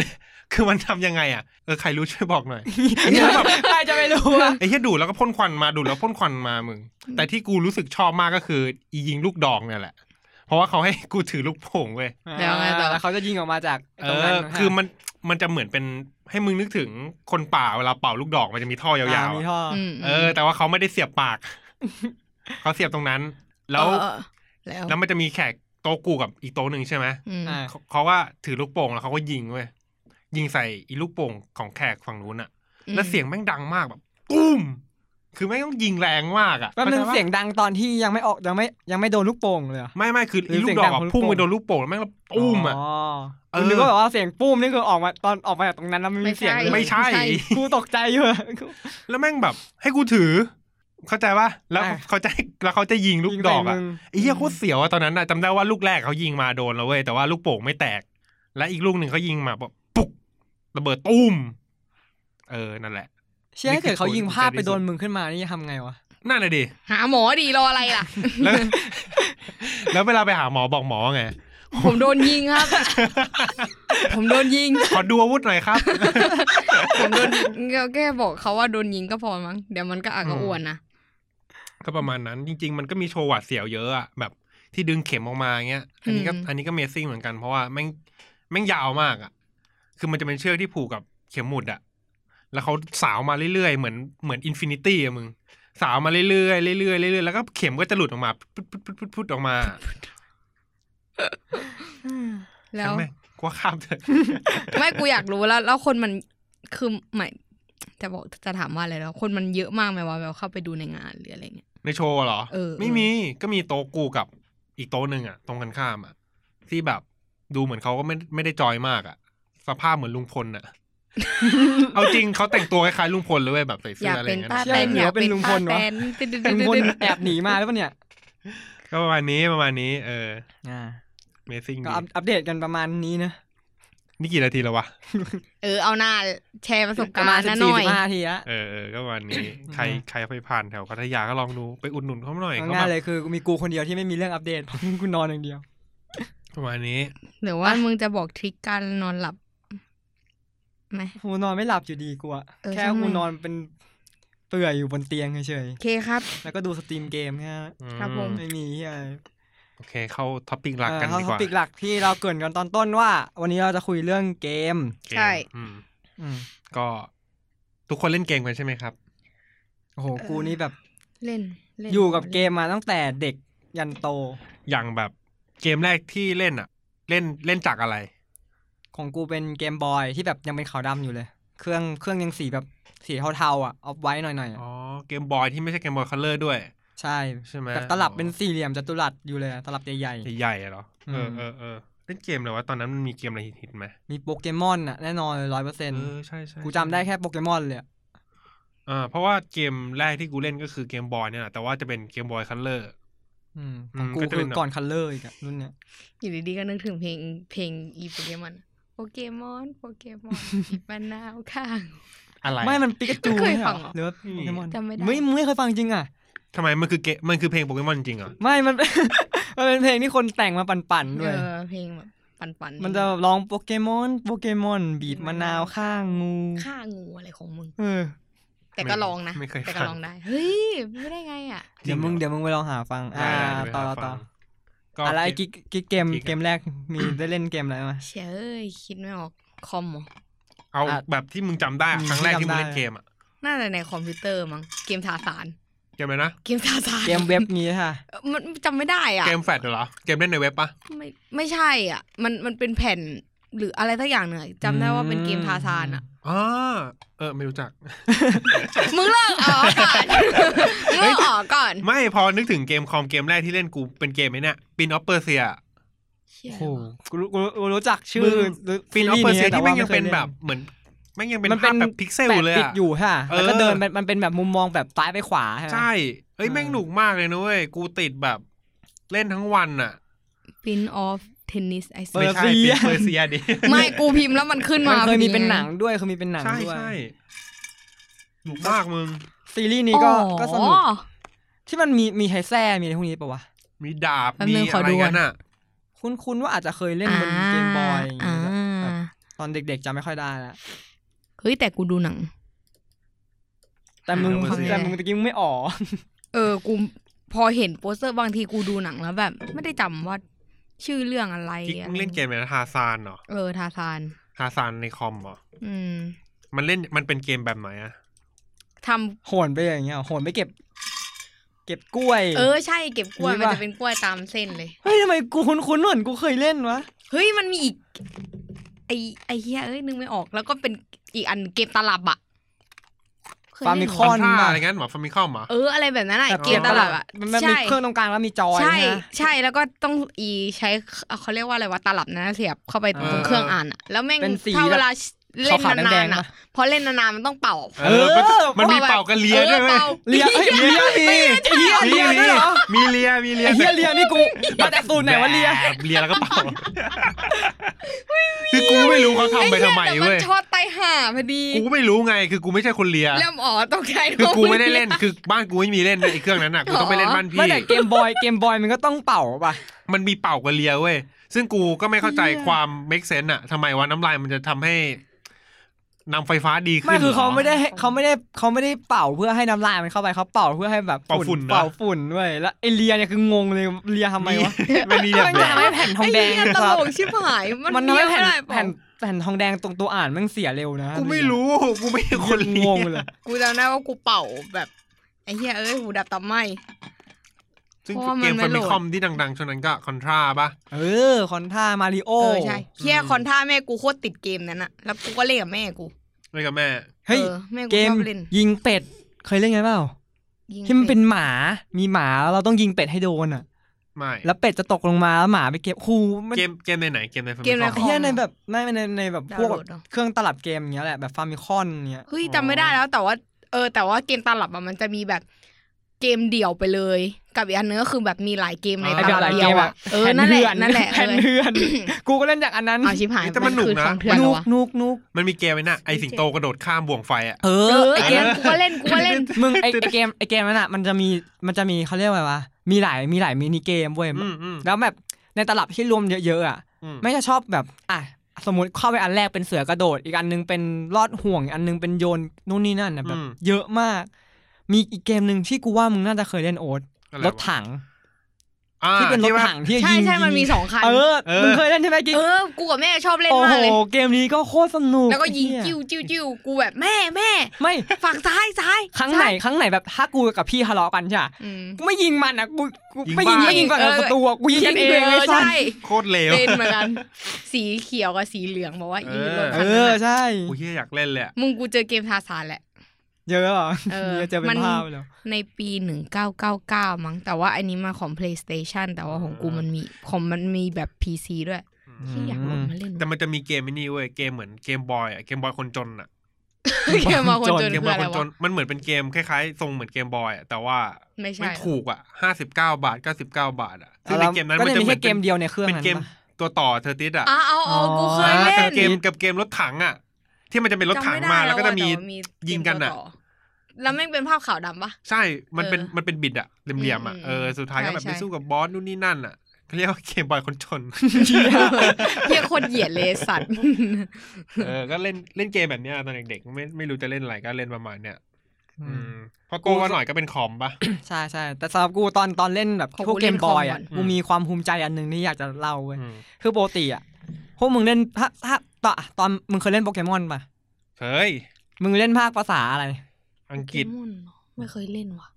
Speaker 2: คือมันทำยังไงอ่ะเออใครรู้ช่วยบอกห น่อยไอ้เหี้ยแบบ
Speaker 1: ใคร จะไปรู้อะ
Speaker 2: ไอ้เหี้ยดูดแล้วก็พ่นควันมาดูดแล้วพ่นควันมามึง แต่ที่กูรู้สึกชอบมากก็คืออียิงลูกดองเนี่ยแหละ เพราะว่าเขาให้กูถือลูกโป่งเว้ย
Speaker 3: แล้วไงต่อ
Speaker 1: แล้วเขาจะยิงออกมาจาก
Speaker 2: เอ
Speaker 1: ตรง
Speaker 2: อน
Speaker 1: นั้ะ
Speaker 2: คือมันมันจะเหมือนเป็นให้มึงนึกถึงคนป่าเวลาเป่าลูกดอกมันจะมีท่อยาวๆ
Speaker 1: มี
Speaker 2: อะ
Speaker 1: ท่ออ
Speaker 3: อืม
Speaker 2: เออ แต่ว่าเขาไม่ได้เสียบปาก เขาเสียบตรงนั้น แล้ว
Speaker 3: เออแล้ว
Speaker 2: แล้วมันจะมีแขกโต๊ะกูกับอีกโต๊ะหนึ่งใช่ไหม
Speaker 3: อืม
Speaker 1: อ่า
Speaker 2: เขาเขาว่าถือลูกโป่งแล้วเขาก็ยิงเว้ยยิงใส่อีลูกโป่งของแขกฝั่งนู้นอะแล้วเสียงแม่งดังมากแบบตุ้มคือแม่งต้องยิงแรงมากอะ
Speaker 1: แป๊บนึง
Speaker 2: ข้าใจปะ
Speaker 1: เสียงดังตอนที่ยังไม่ออกยังไม่ยังไม่โดนลูกโป่งเลยเหรอ
Speaker 2: ไม่ไม่คือ
Speaker 1: หรือ
Speaker 2: อีลู
Speaker 1: เสี
Speaker 2: ก
Speaker 1: ยง
Speaker 2: ด
Speaker 1: ดั
Speaker 2: อก
Speaker 1: ง
Speaker 2: อะ
Speaker 1: ของลูก
Speaker 2: พุ่งไป
Speaker 1: โป่ง
Speaker 2: โดนลูกโป่งแล้วแม่งแบบตุ้มอะ เออ
Speaker 1: หรือว่าแบบว่าเสียงปุ้มนี่คือออกมาตอนออกมาจากตรงนั้นแล้วมันมี
Speaker 3: ไม่
Speaker 1: เสียง
Speaker 3: ใช่
Speaker 1: เลย
Speaker 2: ไม่ใช่
Speaker 1: กูตกใจอยู่อะ
Speaker 2: แล้วแม่งแบบ ให้กูถือ เข้าใจปะแล้ว
Speaker 1: อ่ะ
Speaker 2: เขาจะให้แล้วเขาจะยิงลูก
Speaker 1: ยิง
Speaker 2: ด
Speaker 1: ใส่
Speaker 2: อกอะ
Speaker 1: มึง
Speaker 2: ไอ้เหี้ยโคตรเสียวอะตอนนั้นอะจำได้ว่าลูกแรกเขายิงมาโดนแล้วเว้ยแต่ว่าลูกโป่งไม่แตก และอีกลูกหนึ่งเขายิงมาแบบปุกระเบิดตุ้ม เออนั่นแหละ
Speaker 1: เชี่ย
Speaker 2: นี่
Speaker 1: ถ้า
Speaker 2: คือ
Speaker 1: เกิดเขายิง
Speaker 2: คน
Speaker 1: พลาด
Speaker 2: ใจดี
Speaker 1: ไปโดน
Speaker 2: สุด
Speaker 1: มึงขึ้นมานี่จะทำไงวะ
Speaker 2: นั่นน่ะดิ
Speaker 3: หาหมอดีรออะไรล่ะ
Speaker 2: แล้ว แล้วเวลาไปหาหมอบอกหมอว่าไง
Speaker 3: ผมโดนยิงครับ ผมโดนยิง
Speaker 2: ขอดูอาวุธหน่อยครับ
Speaker 3: ผมโดนยิงแค่บอกเขาว่าโดนยิงก็พอมั้งเดี๋ยวมันก็อักกระอ่วนนะ
Speaker 2: ก็ประมาณนั้น จริง ๆ มันก็มีโชว์หวาดเสียวเยอะอะแบบที่ดึงเข็มออกมาเงี้ย อันนี้ก็
Speaker 3: อืม
Speaker 2: อันนี้ก็เมซิ่งเหมือนกันเพราะว่าแม่งแม่งยาวมากอะคือมันจะเป็นเชือกที่ผูกกับเข็มหมุดอะแล้วเขาสาวมาเรื่อยๆ เหมือนเหมือนอินฟินิตี้อะมึง สาวมาเรื่อยๆเรื่อยๆเรื่อยๆแล้วก็เข็มก็จะหลุดออกมาพุดพุดพุดพุดพุดออกมา
Speaker 3: แล้ว
Speaker 2: ช่างม่งกลัวข้ามเถอะ
Speaker 3: ไม่กูอยากรู้แล้ว แล้วคนมันคือหมายจะบอกจะถามว่าอะไรแล้ว คนมันเยอะมากไหมว่าแบบเข้าไปดูในงานหรืออะไรเงี้ย
Speaker 2: ในโชว์เหรอ
Speaker 3: เออ
Speaker 2: ไม่มี ก็มีโต๊ะกูกับอีกโต๊ะหนึ่งอะตรงกันข้ามอะที่แบบดูเหมือนเขาก็ไม่ไม่ได้จอยมากอะสภาพเหมือนลุงพลอะ เอาจริงเขาแต่งตัวคล้ายๆลุงพลเลยเว้ยแบบใส่
Speaker 3: อ
Speaker 2: เสื้
Speaker 3: ยาก
Speaker 2: ออะไร
Speaker 3: เป็น
Speaker 2: เงี้ย
Speaker 3: ป้า
Speaker 2: นะ
Speaker 3: แตน
Speaker 1: เชื่อเหลือย
Speaker 3: อากเป็น
Speaker 1: เป็นลุงพ
Speaker 3: ป้า
Speaker 1: ลวะ
Speaker 3: แตน
Speaker 1: ลุงพลแอบหนีมาหรือเปล่าเนี่ย
Speaker 2: ก็ประมาณนี้ประมาณนี้ เออ
Speaker 1: อ่า
Speaker 2: Amazing
Speaker 1: ก็
Speaker 2: ดี
Speaker 1: อัปอัปเดตกันประมาณนี้นะ
Speaker 2: นี่กี่นาทีแล้ววะ
Speaker 3: เออเอาหน้าแชร์ประสบ
Speaker 1: ป
Speaker 3: กาม
Speaker 1: ระาร ณ
Speaker 3: ณ์
Speaker 1: สิ
Speaker 3: นะ
Speaker 1: บ
Speaker 3: ห
Speaker 1: สี่สิบ
Speaker 3: น่อย
Speaker 1: ห้าทีละ
Speaker 2: เออเออก็ประมาณนี้ ใครใครไปผ่านแถวพัทยาก็ลองดูไปอุดหนุนเขาหน่อย
Speaker 1: เอา
Speaker 2: เขา
Speaker 1: ง่า
Speaker 2: แบ
Speaker 1: ยเล
Speaker 2: บ
Speaker 1: ยคือมีกูคนเดียวที่ไม่มีเรื่องอัปเดตเพราะกูนอนอย่างเดียว
Speaker 2: ประมาณนี้
Speaker 3: หรือว่ามึงจะบอกทริคการนอนหลับไหม
Speaker 1: กูนอนไม่หลับอยู่ดีกูอะ
Speaker 3: เออ
Speaker 1: แค่
Speaker 3: ช่างมัน
Speaker 1: กูนอนเป็น เปื่อยอยู่บนเตียงเฉย
Speaker 3: โอเคครับ
Speaker 1: ๆแล้วก็ดูสตรีมเกมเนี่ย
Speaker 3: ครับผม
Speaker 1: ไม่มีเหี้ยอะไร
Speaker 2: โอเค เข้าท็อปปิ้งหลักกัน
Speaker 1: เอ่อ
Speaker 2: ดี
Speaker 1: เข้าก ท็
Speaker 2: ว่า
Speaker 1: อปิกหลักที่เราเกรินกันตอนต้นว่า วันนี้เราจะคุยเรื่องเกม
Speaker 2: เกม
Speaker 3: ใช่
Speaker 2: อืม
Speaker 1: อืม
Speaker 2: ก็ทุกคนเล่นเกมกันใช่ไหมครับ
Speaker 1: โอ้โหกูนี่แบบ
Speaker 3: เล่นเล่น
Speaker 1: อยู่กับเกมมาตั้งแต่เด็กยันโต
Speaker 2: อย่างแบบเกมแรกที่เล่นอ่ะ เล่นเล่นจากอะไร
Speaker 1: ของกูเป็นเกมบอยที่แบบยังเป็นขาวดำอยู่เลย เครื่องเครื่องยังสีแบบสีเทาๆอ่ะออฟไว้หน่อยๆอะ
Speaker 2: อ๋อ เกมบอยที่ไม่ใช่เกมบอยคัลเลอร์ด้วย
Speaker 1: ใช่
Speaker 2: ใช่ไหม
Speaker 1: แบบตลับเป็นสี่เหลี่ยมจัตุรัสอยู่เลยอะตลับใหญ่
Speaker 2: ใหญ่ๆอะเหรอเออ
Speaker 1: ม
Speaker 2: เออเออเล่นเกมเลยวะตอนนั้นมันมีเกมอะไรฮิตๆไหม
Speaker 1: ๆ มีโปเกมอนอ่ะแน่นอนร้อยเปอร์เซ็น
Speaker 2: เอ
Speaker 1: ต์
Speaker 2: อใช่ใช่
Speaker 1: กูจำได้แค่โปเกมอนเลยอะ
Speaker 2: เออเพราะว่าเกมแรกที่กูเล่นก็คือเกมบอยเนี่ยแหละแต่ว่าจะเป็นเกมบอยคัลเลอร์
Speaker 1: อืมของกู
Speaker 2: อืมก็จะ
Speaker 1: คื
Speaker 2: เป็
Speaker 1: อน
Speaker 2: แบบ
Speaker 1: ก่อนคัลเลอร์อีกอะรุ่นเนี้ย
Speaker 3: อยู่ดีๆก็นึกถึงเพลงเพลงอีโปเกมอนโปเกมอนโปเกมอนมันนาวค่ะ
Speaker 2: อะไร
Speaker 1: ไม่มันปิกาจู
Speaker 3: ไม่เคยฟัง
Speaker 1: ห
Speaker 3: เหรอ
Speaker 1: หรือว่าโปเกมอน
Speaker 3: จำไม่ได้
Speaker 1: ไม่ไม่เคยฟังจริงอ่ะ
Speaker 2: ทำไมมันคือเกมมันคือเพลงโปเกมอนจริงเหรอ
Speaker 1: ไม่ มัน มันเป็นเพลงที่คนแต่งมาปั่นๆด้วย
Speaker 3: เออเพลงแบบปันๆ
Speaker 1: มันจะร้องโปเกมอน โปเกมอน บีบมะนาวข้างงู
Speaker 3: ฆ่างูอะไรของมึง
Speaker 1: เออ
Speaker 3: แต่ก็ลองนะ
Speaker 2: ไม่เคย
Speaker 3: แต่ก็ลองได้ เฮ้ย ไม่ได้ไงอ่ะ
Speaker 1: เดี๋ยวมึงเดี๋ยวมึงไปลองหาฟัง อ่า ต่อต่อ
Speaker 2: ก็
Speaker 1: อะไร
Speaker 2: เกม
Speaker 1: กิ๊กกิ๊กเกม
Speaker 2: กิ๊กอะ
Speaker 1: เกมแรกมีได้เล่นเกม อะไรมา
Speaker 3: เชยเอ้ยคิดไม่ออกคอมเหรอ
Speaker 2: เอา
Speaker 1: อ่ะ
Speaker 2: แบบที่มึงจำได้อะ
Speaker 1: อืม
Speaker 2: ครั้งแรกที่มึง
Speaker 1: จำได้
Speaker 2: เล่นเกมอ่ะ
Speaker 3: น่าจะในคอมพิวเตอร์มั้งเกมทาสาน
Speaker 2: เกมอะไรนะ
Speaker 3: เกมทาสาน
Speaker 1: เกมเว็บนี้ค่ะ
Speaker 3: เอ่อมันจำไม่ได้อ่ะ
Speaker 2: เกมแฟดเหรอเกมเล่นในเว็บปะ
Speaker 3: ไม่ไม่ใช่อ่ะ มันมันเป็นแผ่นหรืออะไรสักอย่างหนึ่งอะจำได้ว่าเป็นเกมทาสานอ่ะ
Speaker 2: อ๋อเออไม่รู้จัก
Speaker 3: มึงเลิกออกก่อน มึงเลิกออกก่อน
Speaker 2: ไม่พอนึกถึงเกมคอมเกมแรกที่เล่นกูเป็นเกมไอ้เนี่ยปินออฟเปอร์เซีย
Speaker 1: โอ้โหกูรู้กูรู้กูรู้จักชื่อหรือ
Speaker 2: ปินออฟเปอร์เซีย
Speaker 1: แต่
Speaker 2: ที่
Speaker 1: ว่า
Speaker 2: แม่งยังเป็น
Speaker 1: ไคล่
Speaker 2: แบบเหมือนแม่งยังเป็นภาพแบบพิกเซล
Speaker 1: แปะ
Speaker 2: เลย
Speaker 1: ปิด
Speaker 2: อะ
Speaker 1: อยู่ค่ะ
Speaker 2: เออ
Speaker 1: แล้วก็เดินมันมันเป็นแบบมุมมองแบบซ้ายไปขวาใช่ไหม
Speaker 2: ใช่เอ้ย
Speaker 1: เออ
Speaker 2: แม่งหนุกมากเลยนุ้ยกูติดแบบเล่นทั้งวันอ่ะ
Speaker 3: ปินออฟเทนนิสไอซ์
Speaker 1: เปิ
Speaker 2: ไม่
Speaker 1: ด
Speaker 2: ใช่ปินเปอร์เซียดิ
Speaker 3: ไม่กูพิมพ์แล้วมันขึ้น
Speaker 1: มั
Speaker 3: มาน
Speaker 1: เคยมีเป็น
Speaker 3: ไ
Speaker 1: หนังด้วยเคยมีเป็นหนัง
Speaker 2: ใช่
Speaker 1: ด้วย
Speaker 2: ใช่หนุกมากมึง
Speaker 1: ซีรีส์นี้ก็
Speaker 3: อ๋อ
Speaker 1: ก็สนุก ที่มันมีมีไฮแซ่มีอะไรพวกนี้ปะวะ
Speaker 2: มีดาบ
Speaker 3: แป๊บ
Speaker 2: มี
Speaker 3: นึงขอ
Speaker 2: อะไร
Speaker 3: ดูก่อน
Speaker 2: กันอ่ะ
Speaker 1: คุ้นคุ้นว่าอาจจะเคยเล่นบนเกมบอยอย่าง
Speaker 3: อ่า
Speaker 1: งี้แบบ
Speaker 3: อ่า
Speaker 1: ตอนเด็กๆจำไม่ค่อยได้ละ
Speaker 3: เฮ้ยแต่กูดูหนัง
Speaker 1: แต่มึง
Speaker 2: อ่า Overseas
Speaker 1: แต่มึงตะกี้มึงไม่อ๋อ
Speaker 3: เออ กูพอเห็นโปสเตอร์บางทีกูดูหนังแล้วแบบ ไม่ได้จำว่าชื่อเรื่องอะไร
Speaker 2: กิ๊ก
Speaker 3: อะ
Speaker 2: มึงเล่นเกมอะไรนะทาซานเหรอ
Speaker 3: เออ ทาทาน
Speaker 2: ทาซานในคอมเหรอ
Speaker 3: อืม
Speaker 2: มันเล่นมันเป็นเกมแบบไหนอ่ะ
Speaker 3: ท
Speaker 1: โหนไปอย่างเงี้ยเหรอโหนไปเก็บ เก็บกล้วย
Speaker 3: ำเออ ใช่เก็บกล้วย
Speaker 1: หรือ
Speaker 3: มั
Speaker 1: ว่า
Speaker 3: น
Speaker 1: มั
Speaker 3: จะเป็นกล้วยตามเส้นเลย
Speaker 1: เฮ้ยทำไมกูคุ้นคุ้นๆเหมือนกูเคยเล่นวะ
Speaker 3: เฮ้ย มันมีอีก ไอไอเฮียเอ้ยนึกไม่ออก แล้วก็เป็นอีกอันเกมตลับอะเคย
Speaker 1: ฟา
Speaker 3: เล่
Speaker 1: ร์
Speaker 3: นไห
Speaker 1: มิคอน
Speaker 2: ทำท่า
Speaker 1: ป่ะ
Speaker 2: อะไรงั้นเหรอฟามิคอมเหรอ
Speaker 3: เออ อะไรแบบนั้นอะ
Speaker 1: แบบ
Speaker 3: เกมตลับอะ
Speaker 1: มันมันมี
Speaker 3: ใช่
Speaker 1: เครื่องตรงกลางแล้วมีจอย
Speaker 3: ใช่
Speaker 1: ใช่ไหม
Speaker 3: ใช่แล้วก็ต้องอีใช้เขาเรียกว่าอะไรว่าตลับนะเสียบเข้าไปตรง
Speaker 2: อ่า
Speaker 3: เครื่องอ่านอะแล้วแม่ง
Speaker 1: เป็นสี
Speaker 3: ถ้าเวลาเล่น
Speaker 1: ขาวๆ
Speaker 3: นา
Speaker 1: แดง
Speaker 3: น
Speaker 1: ๆ
Speaker 3: ๆอะ
Speaker 1: ปะ
Speaker 3: พอเล่นนานๆมันต้องเป่า
Speaker 2: เออ
Speaker 1: เออ
Speaker 2: มันมีเป่ากันเลียด้วยไหม
Speaker 3: ออป่า
Speaker 1: เลียเฮ้ยเลีย
Speaker 2: มี
Speaker 1: ไอ้เฮียเลียด้วยเหรอ
Speaker 2: มีเลียมีเลีย
Speaker 1: ไอ้เฮียเลียนี่กูมาจากสูตรไหนวะเลีย
Speaker 2: แบบเลียแล้วก็เป่า คือกูไม่รู้เขาทำไปทำไม
Speaker 3: อ้หี้แต่น
Speaker 2: เว้ย
Speaker 3: ช็อตไตห่าพอดี
Speaker 2: กูไม่รู้ไง คือกูไม่ใช่คนเลีย
Speaker 3: เริ่มอ๋อตกใจ
Speaker 2: คือกูไม่ได้เล่นคือบ้านกูไม่มีเล่นนะไอ้เครื่องนั้นน่ะกูต้องไปเล่นบ้าน
Speaker 1: ไม่
Speaker 2: พี่
Speaker 1: แต่เกมบอยเกมบอยมันก็ต้องเป่าป่ะ
Speaker 2: มันมีเป่ากันเลียเว้ยซึ่งกูก็ไม่เข้าใจความ make sense อะทำไมวะน้ำลายมันจะทำให้นำไฟฟ้าดีขึ้น
Speaker 1: ไม่คือเขา
Speaker 2: หร
Speaker 1: ไม่ได้ให้เขาไม่ได้เขาไม่ได้เป่าเพื่อให้น้ำลายมันเข้าไปเขาเป่าเพื่อให้แบบ
Speaker 2: เป่าฝุ่นนะ
Speaker 1: เป่าฝุ่นด้วยแล้วไอเลียเนี่ยคืองงเลยเลียทำไมวะ
Speaker 2: มันมีแบบ
Speaker 1: มันจะทำให้แผ่นทองแดง
Speaker 3: ไเหี้ย
Speaker 1: นะ
Speaker 3: ต
Speaker 1: ครับ
Speaker 3: ลกชิบหาย มัน
Speaker 1: มันทำให้แผ่น
Speaker 3: เรียกไม่ได้
Speaker 1: แผ่นแผ่นทองแดงตรงตัวอ่านมันเสียเร็วนะ
Speaker 2: กูไม่รู้กูไม่ใช่คน
Speaker 1: ง
Speaker 2: เลี
Speaker 1: ง
Speaker 2: ย
Speaker 1: เลย
Speaker 3: กูจำได้ว่ากูเป่าแบบไอ้เหี้ยเอ้ยหูดับตับไหม
Speaker 2: ซึ่ง
Speaker 3: เพราะว่า
Speaker 2: เกม
Speaker 3: มัน
Speaker 2: ฟา
Speaker 3: ไม่
Speaker 2: มิ
Speaker 3: โหลด
Speaker 2: คอมที่ดังๆช่วงนั้นก็คอนทราปะ
Speaker 1: เออคอนท่ามาริโอ
Speaker 3: เออใช่เหี้ยคอนท่าแม่กูโคตรติดเกมนั้นอะแล้วกูก็เล่นกับแม่กู
Speaker 2: เล่นกับแม่
Speaker 1: เฮ้ย
Speaker 3: ออแม่กู
Speaker 1: เก
Speaker 3: ช
Speaker 1: ม
Speaker 3: อบเล่น
Speaker 1: ยิงเป็ดเคยเล่นไงเปล่า
Speaker 3: ยิง
Speaker 1: ที่มันเป็นหมามีหมาแล้วเราต้องยิงเป็ดให้โดนอ่ะ
Speaker 2: ไม่
Speaker 1: แล้วเป็ดจะตกลงมาแล้วหมาไปเก็บคูมัน
Speaker 2: เกมเกมในไหนเกมในฟามิ
Speaker 3: เกม
Speaker 2: ค
Speaker 3: อะไร
Speaker 2: อม
Speaker 3: ขอ
Speaker 1: เฮีย
Speaker 3: ง
Speaker 1: ในแบบไม่ในในแบบพวกแบบ
Speaker 3: ดาวน์โหลดเหรอ
Speaker 1: เครื่องตลับเกมอย่างเงี้ยแหละแบบฟาร์มิคอนเงี้ย
Speaker 3: เฮ้ยจำไม่ได้แล้วแต่ว่าเออ แต่ว่าเกมตลับอะมันจะมีแบบเกมเดี่ยวไปเลย กับอีกอันนึงก็คือแบบมีหลายเกมใน
Speaker 2: อ๋
Speaker 3: ต
Speaker 2: อ
Speaker 3: ลับเดียวอะเออนั่นแหละนั่นแหละ
Speaker 1: แผ่น
Speaker 3: เออ
Speaker 1: เดือน กูก็เล่นจากอันนั้น
Speaker 3: เอาชิบหาย
Speaker 2: แต่มันหนุกนะ
Speaker 3: คือของเถื่อนเหร
Speaker 1: นุ
Speaker 3: อก วะ
Speaker 1: นุกนุก
Speaker 2: มันมีเกมไอ้น่ะไอสิงโตกระโดดข้ามบ่วงไฟอ่ะ
Speaker 1: เอ
Speaker 3: เอ
Speaker 1: อ
Speaker 3: อ
Speaker 1: ไอ
Speaker 3: ไอ
Speaker 1: เก
Speaker 3: เก
Speaker 1: ม
Speaker 3: มกูก็เล่นกูก็เล่น
Speaker 1: มึงไอไอ้เกมไอเกมนั้นอ่ะมันจะมีมันจะมีเขาเรียกว่าไงวะมีหลายมีหลายมินิเกมเว้ย
Speaker 2: อืมอืม
Speaker 1: แล้วแบบในตลับที่รวมเยอะๆอ่ะ
Speaker 2: อืม
Speaker 1: ไม่จะชอบแบบอ่ะสมมติเข้าไปอันแรกเป็นเสือกระโดด อีกอันนึงเป็นลอดห่วงอีกอันนึงเป็นโยนนู่นนี่นั่นนะแบบเยอะมาก มีอีกเกมหนึ่งที่กูว่ามึงน่าจะเคยเล่นโอ๊ต
Speaker 2: อะไรวะ
Speaker 1: รถถัง
Speaker 2: อ่า
Speaker 1: ที่เป็นรถ
Speaker 2: ว่า
Speaker 1: ถังที่
Speaker 3: ใช่
Speaker 1: ยิง
Speaker 3: ใช่มันมี
Speaker 1: ยิ
Speaker 3: สองคัน
Speaker 1: เออ
Speaker 2: เออ
Speaker 1: มึงเคยเล่นใช่ไหมกิ๊ก
Speaker 3: เออ กูกับแม่ชอบเล่น
Speaker 1: โอ้
Speaker 3: มา
Speaker 1: โห
Speaker 3: กเลย
Speaker 1: เกมนี้ก็โคตรสนุก
Speaker 3: แล้วก็ยิง
Speaker 1: ไอ้เหี้
Speaker 3: จิ้วจิ้วจิ้วกูแบบแม่แม่
Speaker 1: ไม่
Speaker 3: ฝั่งซ้ายซ้าย
Speaker 1: ครั้งไหนครั้งไหนแบบถ้ากูกับพี่ทะเลาะกันใช่ปะ
Speaker 3: อืม
Speaker 1: กูไม่ยิงมันอ่ะกูกู
Speaker 2: ยิง
Speaker 1: ไม่ยิงไม่ยิง
Speaker 2: บ้า
Speaker 1: ฝั่ง
Speaker 3: เออ
Speaker 1: ศัตรูอะกูยิงกันเอง
Speaker 3: เอ
Speaker 1: ไอ้
Speaker 3: อ
Speaker 1: สัส
Speaker 3: ใช่
Speaker 2: โคตรเลว
Speaker 3: เป็นเหมือนกัน สีเขียวกับสีเหลืองบอกว่าอี
Speaker 2: เออ
Speaker 3: รถ
Speaker 1: เอ
Speaker 3: คันนั้น
Speaker 1: อ
Speaker 3: น่ะ
Speaker 1: ใช่
Speaker 2: กูเฮียอยากเล่นเลยอะ
Speaker 3: มึงกูเจอเกมทาสานแหละ
Speaker 1: เยอะเหรอ
Speaker 3: เออ
Speaker 1: เดี๋ยวจะเป็
Speaker 3: มัน น
Speaker 1: ภาพไปแล้ว
Speaker 3: ในปี 1999 มั้งแต่ว่าอันนี้มาของ PlayStation แต่ว่าของกูมันมีของมันมีแบบ PC ด้วยที่อยากลองมาเล่น
Speaker 2: แต่มันจะมีเกมไอ้นี่เว้ยเกมเหมือนเกมบอยอะเกมบอยคนจนอะ
Speaker 3: เกมมาคนจน
Speaker 2: เกมบ
Speaker 3: คือ
Speaker 2: อย
Speaker 3: อะ
Speaker 2: ค
Speaker 3: ไร
Speaker 2: นจ
Speaker 3: วะ
Speaker 2: นมันเหมือนเป็นเกมคล้ายๆทรงเหมือนเกมบอยอะแต่ว่า
Speaker 3: ไม่
Speaker 2: มัน
Speaker 3: ใช่
Speaker 2: ถูกอะห้าสิบเก้าบาทเก้าสิบเก้าบาทอะซึ่ง
Speaker 1: แล้ว
Speaker 2: ในเกมนั้น
Speaker 1: ก็
Speaker 2: มัน
Speaker 1: เนี่ย
Speaker 2: จะ
Speaker 1: มี
Speaker 2: เหมื
Speaker 1: แค่
Speaker 2: อน
Speaker 1: เกมเดียวในเครื่อง
Speaker 2: เป็น
Speaker 1: นั้น
Speaker 2: เกม
Speaker 1: ปะ
Speaker 2: ตัวต่อเทอร์ติสอะ
Speaker 3: อ๋ออ๋ออ๋อกูเคยเล่
Speaker 2: กับ
Speaker 3: น
Speaker 2: เกมกับเกมรถถังอ่ะ ที่มันจะเป็นรถถังมาแล้วก็จะมี
Speaker 3: จำไได้อแต่ว่า
Speaker 2: ยิงกันอ่ะ
Speaker 3: เมต่อแล้วแม่งเป็นภาพขาวดำปะ
Speaker 2: ใช่มันเป็น
Speaker 3: เออ
Speaker 2: มันเป็นบิดอ่ะเหลี่ยมๆอ่ะ
Speaker 3: อืม
Speaker 2: เออสุดท้ายก็แบบ
Speaker 3: ใช่
Speaker 2: ไป
Speaker 3: ใช่
Speaker 2: สู้กับบอสนู่นนี่นั่นอ่ะเขาเรียกว่าเกมบอยคนช น
Speaker 3: เฮียโคนเหยียดเลยสัตว์
Speaker 2: เออก็เล่นเล่นเกมแบบเนี้ยตอนเด็กๆไม่ไม่รู้จะเล่นอะไรก็เล่นประมาณเนี้ยอืมพอโตมาหน่อยก็เป็นคอม ปะ
Speaker 1: ใช่ใช่แต่สำหรับกูตอนตอนเล่นแบบ
Speaker 3: ของ
Speaker 1: พวก
Speaker 3: กู
Speaker 1: เก
Speaker 3: เล่
Speaker 1: ม
Speaker 3: น
Speaker 1: บอยอ่ะ
Speaker 3: คอมก่อน
Speaker 1: กูมีความภูมิใจอันหนึ่งที่อยากจะเล่าเว้ย
Speaker 2: อืม
Speaker 1: คือปกติอ่ะพวกมึงเล่นถ้าถ้าตอนตอนมึงเคยเล่นโปเกมอนป่ะ
Speaker 2: เฮ้ย
Speaker 1: มึงเล่นภาคภาษาอะไร
Speaker 2: อังกฤษ
Speaker 3: เมอนเหรอไม่เคยเล่นว่ะ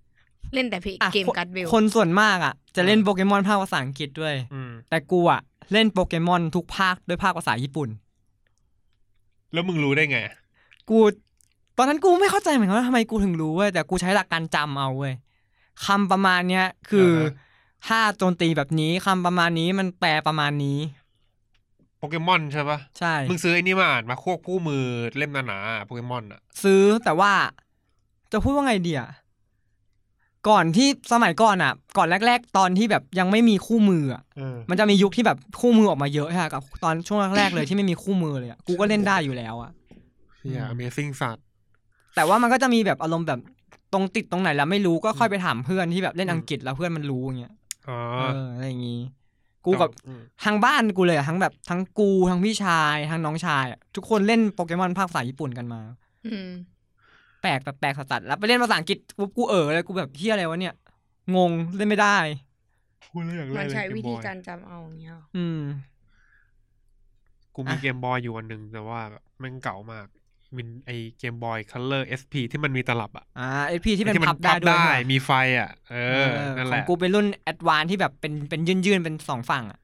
Speaker 3: เล่นแต่เพลง
Speaker 1: อ่ะ
Speaker 3: เกม
Speaker 1: คน
Speaker 3: การ์ดเบล
Speaker 1: คนส่วนมากอ่ะ จะเล่น
Speaker 2: อ่า
Speaker 1: โปเกมอนภาคภาษาอังกฤษด้วย
Speaker 2: อืม
Speaker 1: แต่กูอ่ะเล่นโปเกมอนทุกภาคด้วยภาคภาษาญี่ปุ่น
Speaker 2: แล้วมึงรู้ได้ไง
Speaker 1: กูตอนนั้นกูไม่เข้าใจเหมือนกันว่าทำไมกูถึงรู้เว้ยแต่กูใช้หลักการจำเอาเว้ยคำประมาณเนี้ยคืออา
Speaker 2: ฮะ
Speaker 1: ถ้าโจมตีแบบนี้คำประมาณนี้มันแปลประมาณนี้
Speaker 2: โปเกมอนใช่ปะ
Speaker 1: ใช่
Speaker 2: มึงซื้อไอ้นี่มาอ่านมาควบคู่มือเล่มหนาๆโปเกมอนอ่ะ
Speaker 1: ซื้อแต่ว่าจะพูดว่าไงเดียก่อนที่สมัยก่อนอ่ะ ก่อนแรก ๆ ตอนที่แบบยังไม่มีคู่มืออ่ะมันจะมียุคที่แบบคู่มือออกมาเยอะใช่ปะกับตอนช่วงแรกๆเลยที่ไม่มีคู่มือเลยอะกูก็เล่นได้อยู่แล้วอ่ะ
Speaker 2: เฮีย Amazing สัตว์
Speaker 1: แต่ว่ามันก็จะมีแบบอารมณ์แบบตรงติดตรงไหนแล้วไม่รู้ก็ค่อย
Speaker 2: อืม
Speaker 1: ไปถามเพื่อนที่แบบเล่น
Speaker 2: อืม
Speaker 1: อังกฤษแล้วเพื่อนมันรู้อย่างเงี้ย
Speaker 2: อ๋อ
Speaker 1: เอออะไรอย่างงี้ กูกับทางบ้านกูเลยอะทั้งแบบทั้งกูทั้งพี่ชายทั้งน้องชายอะทุกคนเล่นโปเกมอนภาคภาษาญี่ปุ่นกันมา
Speaker 3: อืม
Speaker 1: แปลกแบบแปลกสัสๆแล้วไปเล่นภาษาอังกฤษปุ๊บกูเออเลยกูแบบเฮียอะไรวะเนี่ย งงเล่นไม่ได้
Speaker 2: พูดแล้วอยากเล่น
Speaker 3: มัน
Speaker 2: เลย
Speaker 3: ใช้
Speaker 2: เก
Speaker 3: วิ
Speaker 2: มบ
Speaker 3: ธี
Speaker 2: อย
Speaker 3: การจำเอาอย่างเงี้ยหรอ
Speaker 1: อืม
Speaker 2: กูมี
Speaker 1: อ่ะ
Speaker 2: เกมบอยอยู่วันหนึ่งแต่ว่าแบบแมันเก่ามากมินไอเกมบอยคัลเลอร์ SP ที่มันมีตลับอ่ะ
Speaker 1: อ่าไอพี่ที่เป็น
Speaker 2: มั
Speaker 1: พับได้ด้วยใช่ปะ
Speaker 2: มีไฟอ่ะ เออ นั่น
Speaker 1: ของ
Speaker 2: แหละ
Speaker 1: กูเป็นรุ่นแอดวานที่แบบเป็นเป็นยื่นๆเป็นสองฝั่งอะ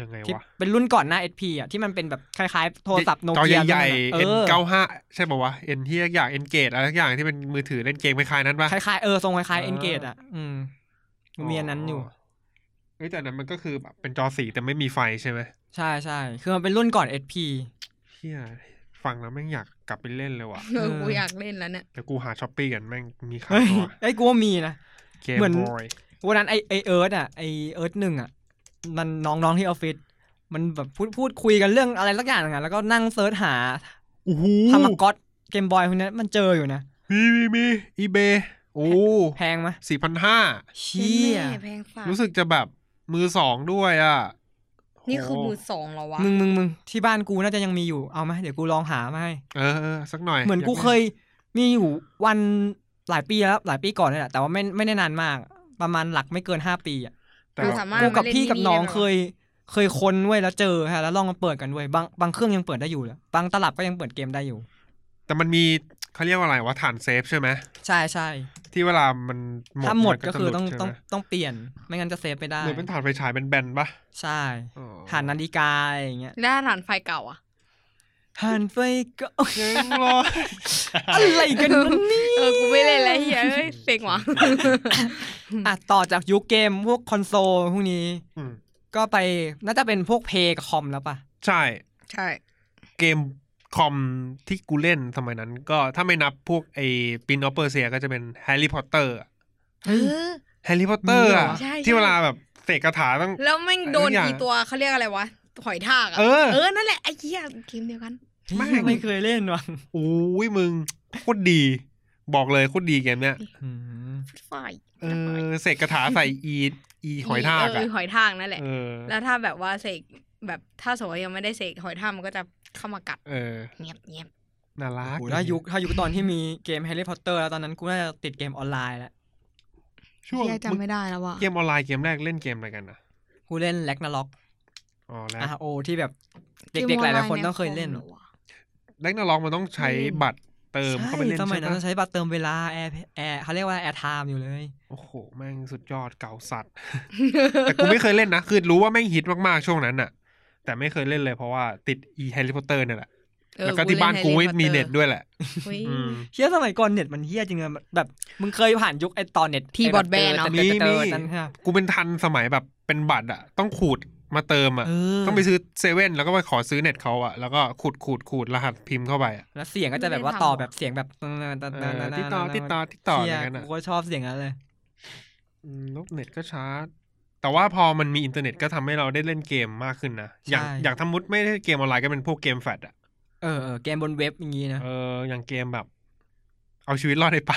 Speaker 2: ยังไง
Speaker 1: ที่
Speaker 2: วะ
Speaker 1: เป็นรุ่นก่อนหน้า SP อ่ะที่มันเป็นแบบคล้ายๆ โทรศัพท์โน
Speaker 2: จอ
Speaker 1: เกีย
Speaker 2: ใหญ่
Speaker 1: รุ่นนั้นอะเออ
Speaker 2: ๆ N95 ใช่ป่าวะ N ที่อยาก N เกตอะไรทุกอย่างที่เป็นมือถือเล่นเกมคล้ายๆนั้นปะ
Speaker 1: คล้ายๆเออทรงคล้ายๆ
Speaker 2: เอ
Speaker 1: เอ็
Speaker 2: อ
Speaker 1: นเกตอ่ะ อืมกูมีอันนั้นอยู่
Speaker 2: เอ้ยแต่อันนั้นมันก็คือแบบเป็นจอสีแต่ไม่มีไฟใช่ไหม
Speaker 1: ใช่ใช่คือมันเป็นรุ่นก่อน SP
Speaker 2: เฮียฟังแล้วแม่งอยากกลับไปเล่นเลยว่ะ
Speaker 3: เออกูอยากเล่นแล้วเนี่ย
Speaker 2: แต่กูหาช้อปปี้กันแม่งมีขาย
Speaker 1: เฮ้ย
Speaker 2: ปะวะ
Speaker 1: ไอ้ยกูว่ามีนะ
Speaker 2: เกม
Speaker 1: เหมือน
Speaker 2: บอย
Speaker 1: วันนั้นไอไอเอิร์ธอ่ะไอเอิร์ธหนึ่งอ่ะมันน้องๆที่ออฟฟิศมันแบบพูดพูดคุยกันเรื่องอะไรสักอย่างหนึงอ่ะแล้วก็นั่งเซิร์ชหา
Speaker 2: โอ้โห
Speaker 1: ทามากอตเกมบอยคนนี้มันเจออยู่นะ
Speaker 2: มีมีมีอีเบโอ้
Speaker 1: แพงไหม
Speaker 2: สี่พันห้า
Speaker 1: เชี่ย
Speaker 3: แม่แพงสัตว์
Speaker 2: รู้สึกจะแบบมือสองด้วยอ่ะ
Speaker 3: นี่คือมือ
Speaker 2: โ
Speaker 3: สองเหรอวะ
Speaker 1: มึงมึงมึงที่บ้านกูน่าจะยังมีอยู่เอาไหมเดี๋ยวกูลองหามาให้
Speaker 2: เออเออสักหน่อย
Speaker 1: เหมือนกู
Speaker 2: าก
Speaker 1: เคยมีอยู่วันหลายปีแล้วหลายปีก่อนเลยแหละแต่ว่าไม่ไม่ได้นานมาก ประมาณหลักไม่เกินห้าปีอ่ะ
Speaker 2: แต่
Speaker 3: กู
Speaker 2: แบบ
Speaker 3: สามารถ
Speaker 1: กูกับพี่
Speaker 3: มันเล่น
Speaker 1: กับน้อง
Speaker 3: มินิได้ไหม
Speaker 1: เคย เคยค้นเว้ยแล้วเจอฮะแล้วลองมาเปิดกันเว้ยบางบางเครื่องยังเปิดได้อยู่เลยบางตลับก็ยังเปิดเกมได้อยู่
Speaker 2: แต่มันมีเขาเรียกว่าอะไรวะฐานเซฟใช่ไหม
Speaker 1: ใช่ใช่
Speaker 2: ที่เวลามันหมด
Speaker 1: ถ้าหมด
Speaker 2: น
Speaker 1: ก็คือ
Speaker 2: จะหลุด
Speaker 1: ต้อง
Speaker 2: ใช่ไหม
Speaker 1: ต้องต้องเปลี่ยน ไม่งั้นจะเซฟไม่ได้
Speaker 2: หรือเป็นฐานไฟฉายเป็นแบนๆปะ
Speaker 1: ใช่
Speaker 2: อ๋อ
Speaker 1: หันนาฬิกาอะไรอย่างเงี้ย
Speaker 3: แล้วหลานไฟเก่าอ่ะ
Speaker 1: หันไฟก็
Speaker 2: ยังรอ
Speaker 1: อะไรกันวะเนี่ย
Speaker 3: เออ กูไม่เล่นแล้วเฮีย เอ้ยเซ็งว่ะ
Speaker 1: อ่ะต่อจากยุคเกมพวกคอนโซลพวกนี้
Speaker 2: อืม
Speaker 1: ก็ไปน่าจะเป็นพวกเพย์กับคอมแล้วป่ะ
Speaker 2: ใช่
Speaker 3: ใช่
Speaker 2: เกมคอมที่กูเล่นสมัยนั้น ก็ถ้าไม่นับพวกไอ้ปินออเปอร์เซียก็จะเป็นแฮร์รี่พอตเตอร์ แฮร์รี่พอตเตอร์
Speaker 1: มีเหรอ
Speaker 2: อะ
Speaker 3: ใช่ใช่
Speaker 2: ที่เวลาแบบเสกคาถาต้อง
Speaker 3: แล้วแม่งโด
Speaker 2: ห
Speaker 3: น
Speaker 2: ลายอย่าง
Speaker 3: อีตัวเขาเรียกอะไรวะ หอยทากอ่ะ
Speaker 2: เออ
Speaker 3: นั่นแหละไอ้เหี้ยเกมเดียวกัน
Speaker 2: ไม่
Speaker 1: ไม่เคยเล่นว่ะ
Speaker 2: โอ้ยมึงโคตรดี บอกเลยโคตรดีเกมเนี้ย
Speaker 1: อืม
Speaker 3: ไฟ
Speaker 2: เออเสกคาถาใส่อีอีหอยทากอ่ะ
Speaker 3: เหอยทากนั่นแหละ
Speaker 2: เออ
Speaker 3: แล้วถ้าแบบว่าเสกแบบถ้าสมมติว่ายังไม่ได้เสกหอยทากมันก็จะเข้ามากัด
Speaker 2: เออ
Speaker 3: เงียบเงียบ
Speaker 2: น่ารัก
Speaker 1: โหถ้ายุคถ้ายุคตอนที่มีเกมแฮร์รี่พอตเตอร์แล้วตอนนั้นกูน่าจะติดเกมออนไลน์แล้ว
Speaker 2: ช่วง
Speaker 3: เฮียจำไม่ได้แล้วว่ะ
Speaker 2: เกมออนไลน์เกมแรกเล่นเกมอะไรกันนะ
Speaker 1: กูเล่นแล็กนาล็อก
Speaker 2: อ๋อแล้ว
Speaker 1: อาโอที่แบบเด็กๆหลายๆคนต้องเคยเล่น
Speaker 2: แล็กนาล็อกมันต้องใช้บัตรเติมเข้าไปเล่น
Speaker 1: ใช่สมัยนั้น
Speaker 2: ใช่ปะ
Speaker 1: ใช้บัตรเติมเวลาแอร์แอร์เขาเรียกว่าแอร์ไทม์อยู่เลย
Speaker 2: โอ้โหแม่งสุดยอดเก่าสัตว์ แต่กูไม่เคยเล่นนะ คือรู้ว่าแม่งฮิตมากๆช่วงนั้นน่ะ แต่ไม่เคยเล่นเลยเพราะว่าติดอีแฮร์รี่พอตเตอร์เนี่ยแหละ
Speaker 3: เออ
Speaker 2: แล้วก็ที่บ้านกูไม่
Speaker 3: ล่
Speaker 2: มี
Speaker 3: Harry
Speaker 2: เน็ต
Speaker 3: Potter
Speaker 2: ด้วยแหละ
Speaker 3: เฮ้ย
Speaker 2: อืม
Speaker 1: เฮียสมัยก่อนเน็ตมันเฮียจริงเลยแบบมึงเคยผ่านยุคไอตอนเน็ต
Speaker 3: ที่ broadband เนอะ
Speaker 1: มี
Speaker 2: มี
Speaker 1: มีนั่นฮะ
Speaker 2: กูเป็นทันสมัยแบบเป็นบัตรอะต้องขูดมาเติมอะ
Speaker 1: เออ
Speaker 2: ต้องไปซื้อเซเว่นแล้วก็ไปขอซื้อเน็ตเขาอะแล้วก็ขูดขูดขูดรหัสพิมพ์เข้าไปอะ
Speaker 1: แล้วเสียงก็จะแบบว่าต่อแบบเสียงแบบ
Speaker 2: เออติดต่อติดต่อติดต่อ
Speaker 1: เฮี
Speaker 2: อะไร
Speaker 1: ย
Speaker 2: กันอะ
Speaker 1: กูก็ชอบเสียงนั้นเลย
Speaker 2: อืมแลบเน็ตก็ช้า แต่ว่าพอมันมีอินเทอร์เน็ตก็ทำให้เราได้เล่นเกมมากขึ้นนะ อย่าง
Speaker 1: ใช่
Speaker 2: อย่างทามุดไม่ได้เกมออนไลน์ก็เป็นพวกเกมแฟลชอะ
Speaker 1: เออเออเกมบนเว็บอย่างงี้นะ
Speaker 2: เอออย่างเกมแบบ เอาชีวิตรอดใน ป่า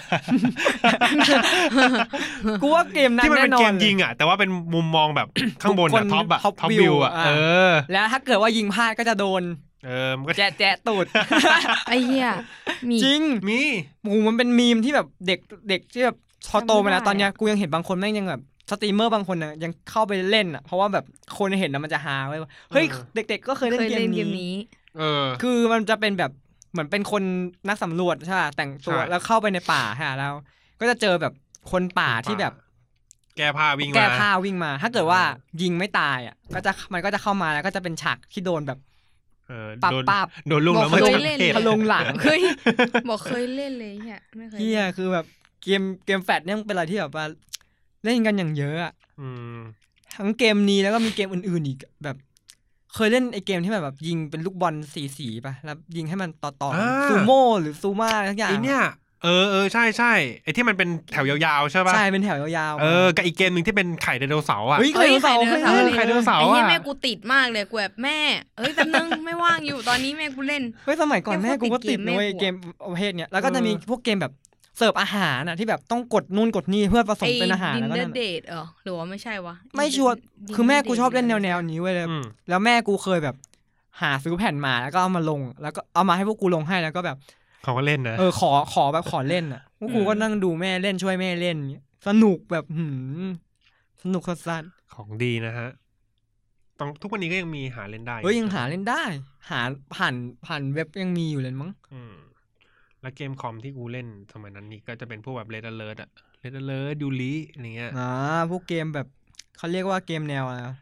Speaker 1: กูว่าเกมนั้น
Speaker 2: ที่มัน
Speaker 1: แน่
Speaker 2: เป็น
Speaker 1: นอ
Speaker 2: เก
Speaker 1: น
Speaker 2: ม
Speaker 1: เลย
Speaker 2: ยิงอะแต่ว่าเป็นมุมมอง แบบ ข้างบน
Speaker 1: บุ
Speaker 2: อะ
Speaker 1: คคล
Speaker 2: ท็อปอะ
Speaker 1: top
Speaker 2: ท็อป
Speaker 1: view
Speaker 2: วิวอะ
Speaker 1: อ่ะ
Speaker 2: เออ
Speaker 1: แล้วถ้าเกิดว่ายิงพลาดก็จะโดน
Speaker 2: เออมันก็
Speaker 1: แจ๊ะแจ๊ะ ตูด
Speaker 3: ไอ้เหี้ยมี
Speaker 1: จริง
Speaker 2: มี
Speaker 1: หมูมันเป็นมีมที่แบบเด็กเด็กที่แบบพอโตมาแล้ว
Speaker 3: จำไม่ได้
Speaker 1: ตอนเนี้ยกูยังเห็นบางคนแม่งยังแบบสตรีมเมอร์บางคนน่ะยังเข้าไปเล่นอ่ะเพราะว่าแบบคนเห็นแล้วมันจะฮาไว้ยว่าเฮ้ย
Speaker 2: เออ
Speaker 1: เด็ก ๆ ก็เคยเล่น
Speaker 3: เคย
Speaker 1: เกม
Speaker 3: เล่นเกม
Speaker 1: นี้
Speaker 3: นี้
Speaker 2: เออ
Speaker 1: คือมันจะเป็นแบบเหมือนเป็นคนนักสำรวจใช่ปะแต่งตัว
Speaker 2: ใช่
Speaker 1: แล้วเข้าไปในป่าฮะแล้ว ก็จะเจอแบบคนป่าที่แบบ
Speaker 2: แก้ผ้าวิ่งมา
Speaker 1: แก้ผ้าวิ่งมา ถ้าเกิดว่ายิงไม่ตายอ่ะก็จะมันก็จะเข้ามาแล้วก็จะเป็นฉากที่โดนแบบ
Speaker 2: เออ
Speaker 1: ปรับ
Speaker 2: โดน
Speaker 1: ปรับ
Speaker 2: โดนลุงแล้ว
Speaker 1: บ
Speaker 2: มั
Speaker 1: อนก
Speaker 2: จะ
Speaker 1: เคย
Speaker 2: เล่น
Speaker 3: เล่น
Speaker 1: พะลงห ลัง
Speaker 3: เคยบอกเคยเล่นเลยเฮียไม่เคย
Speaker 1: เฮียคือแบบเกมเกมแฟดเนี่ยมันเป็นอะไรที่แบบว่าเล่นกันอย่างเยอะอะ
Speaker 2: อืม
Speaker 1: ทั้งเกมนี้แล้วก็มีเกมอื่นๆอีกแบบ เคยเล่นไอเกมที่แบบแบบยิงเป็นลูกบอลสีสีๆป่ะแล้วยิงให้มันต่อต่อๆ
Speaker 2: า
Speaker 1: ซูโม่หรือซูมาทั้งอย่าง
Speaker 2: ไอเนี่ยเออเออใช่ใช่ไอที่มันเป็นแถวยาวๆใช่ป่ะ
Speaker 1: ใช่เป็นแถวยาวๆ
Speaker 2: เออกับอีกเกมหนึ่งที่เป็นไข่ไดโนเสาร์อ่ะ
Speaker 1: เฮ้ยเคยเล่นเสาร์เคย
Speaker 2: เอ
Speaker 1: เล่
Speaker 2: อน ไข่ไดโนเสา
Speaker 3: ไอ้
Speaker 2: ร์
Speaker 3: เหี้ย
Speaker 2: อ่ะ
Speaker 3: แม่กูติดมากเลยกูแบบแม่เอ้ยแป๊บนึงไม่ว่างอยู่ตอนนี้แม่กูเล่น
Speaker 1: เฮ้ยสมัยก่อน
Speaker 3: แม่
Speaker 1: แม่
Speaker 3: กู
Speaker 1: กูก็
Speaker 3: ติ
Speaker 1: ติ
Speaker 3: ด
Speaker 1: ด
Speaker 3: เกม
Speaker 1: นะเว้ย
Speaker 3: แม่กูอะ
Speaker 1: เกมประเภทเนี้ยแล้วก็จะมีพวกเกมแบบเสิร์ฟอาหารน่ะที่แบบต้องกดนู่นกดนี่เพื่อผส
Speaker 3: ไอ้
Speaker 1: มเป็นอาหาร
Speaker 3: Dinner
Speaker 1: แล้วก็นั่น
Speaker 3: Date เออหรือว่าไม่ใช่วะ
Speaker 1: ไม่ชัวร์
Speaker 3: Dinner
Speaker 1: คือแม่กู
Speaker 3: Date
Speaker 1: ชอบเล่นแนวแนวๆนี้เว้ยเลย
Speaker 2: อืม
Speaker 1: แล้วแม่กูเคยแบบ หาซื้อแผ่นมาแล้วก็เอามาลง แล้วก็เอามาให้พวกกูลงให้แล้วก็แบบ
Speaker 2: เขาก็เล่นนะ
Speaker 1: เออขอขอแบบขอเล่นอ่ะพวกกูก็นั่งดูแม่เล่นช่วยแม่เล่นเงี้ยสนุกแบบหืมสนุกสัส
Speaker 2: ของดีนะฮะต้องทุกวันนี้ก็ยังมีหาเล่นได้
Speaker 1: ๆเฮ้ยยังหาเล่นได้ หาผ่านผ่านเว็บยังมีอยู่เลยมั้ง
Speaker 2: อืมแล้วเกมคอมที่กูเล่นสมัยนั้นนี่ก็จะเป็นพวกแบบเลดเ l อร์อะเลดเ l อร์ยูริอะไรเงี้ย
Speaker 1: อ่าพวกเกมแบบเขาเรียกว่าเกมแนวอะไรวะ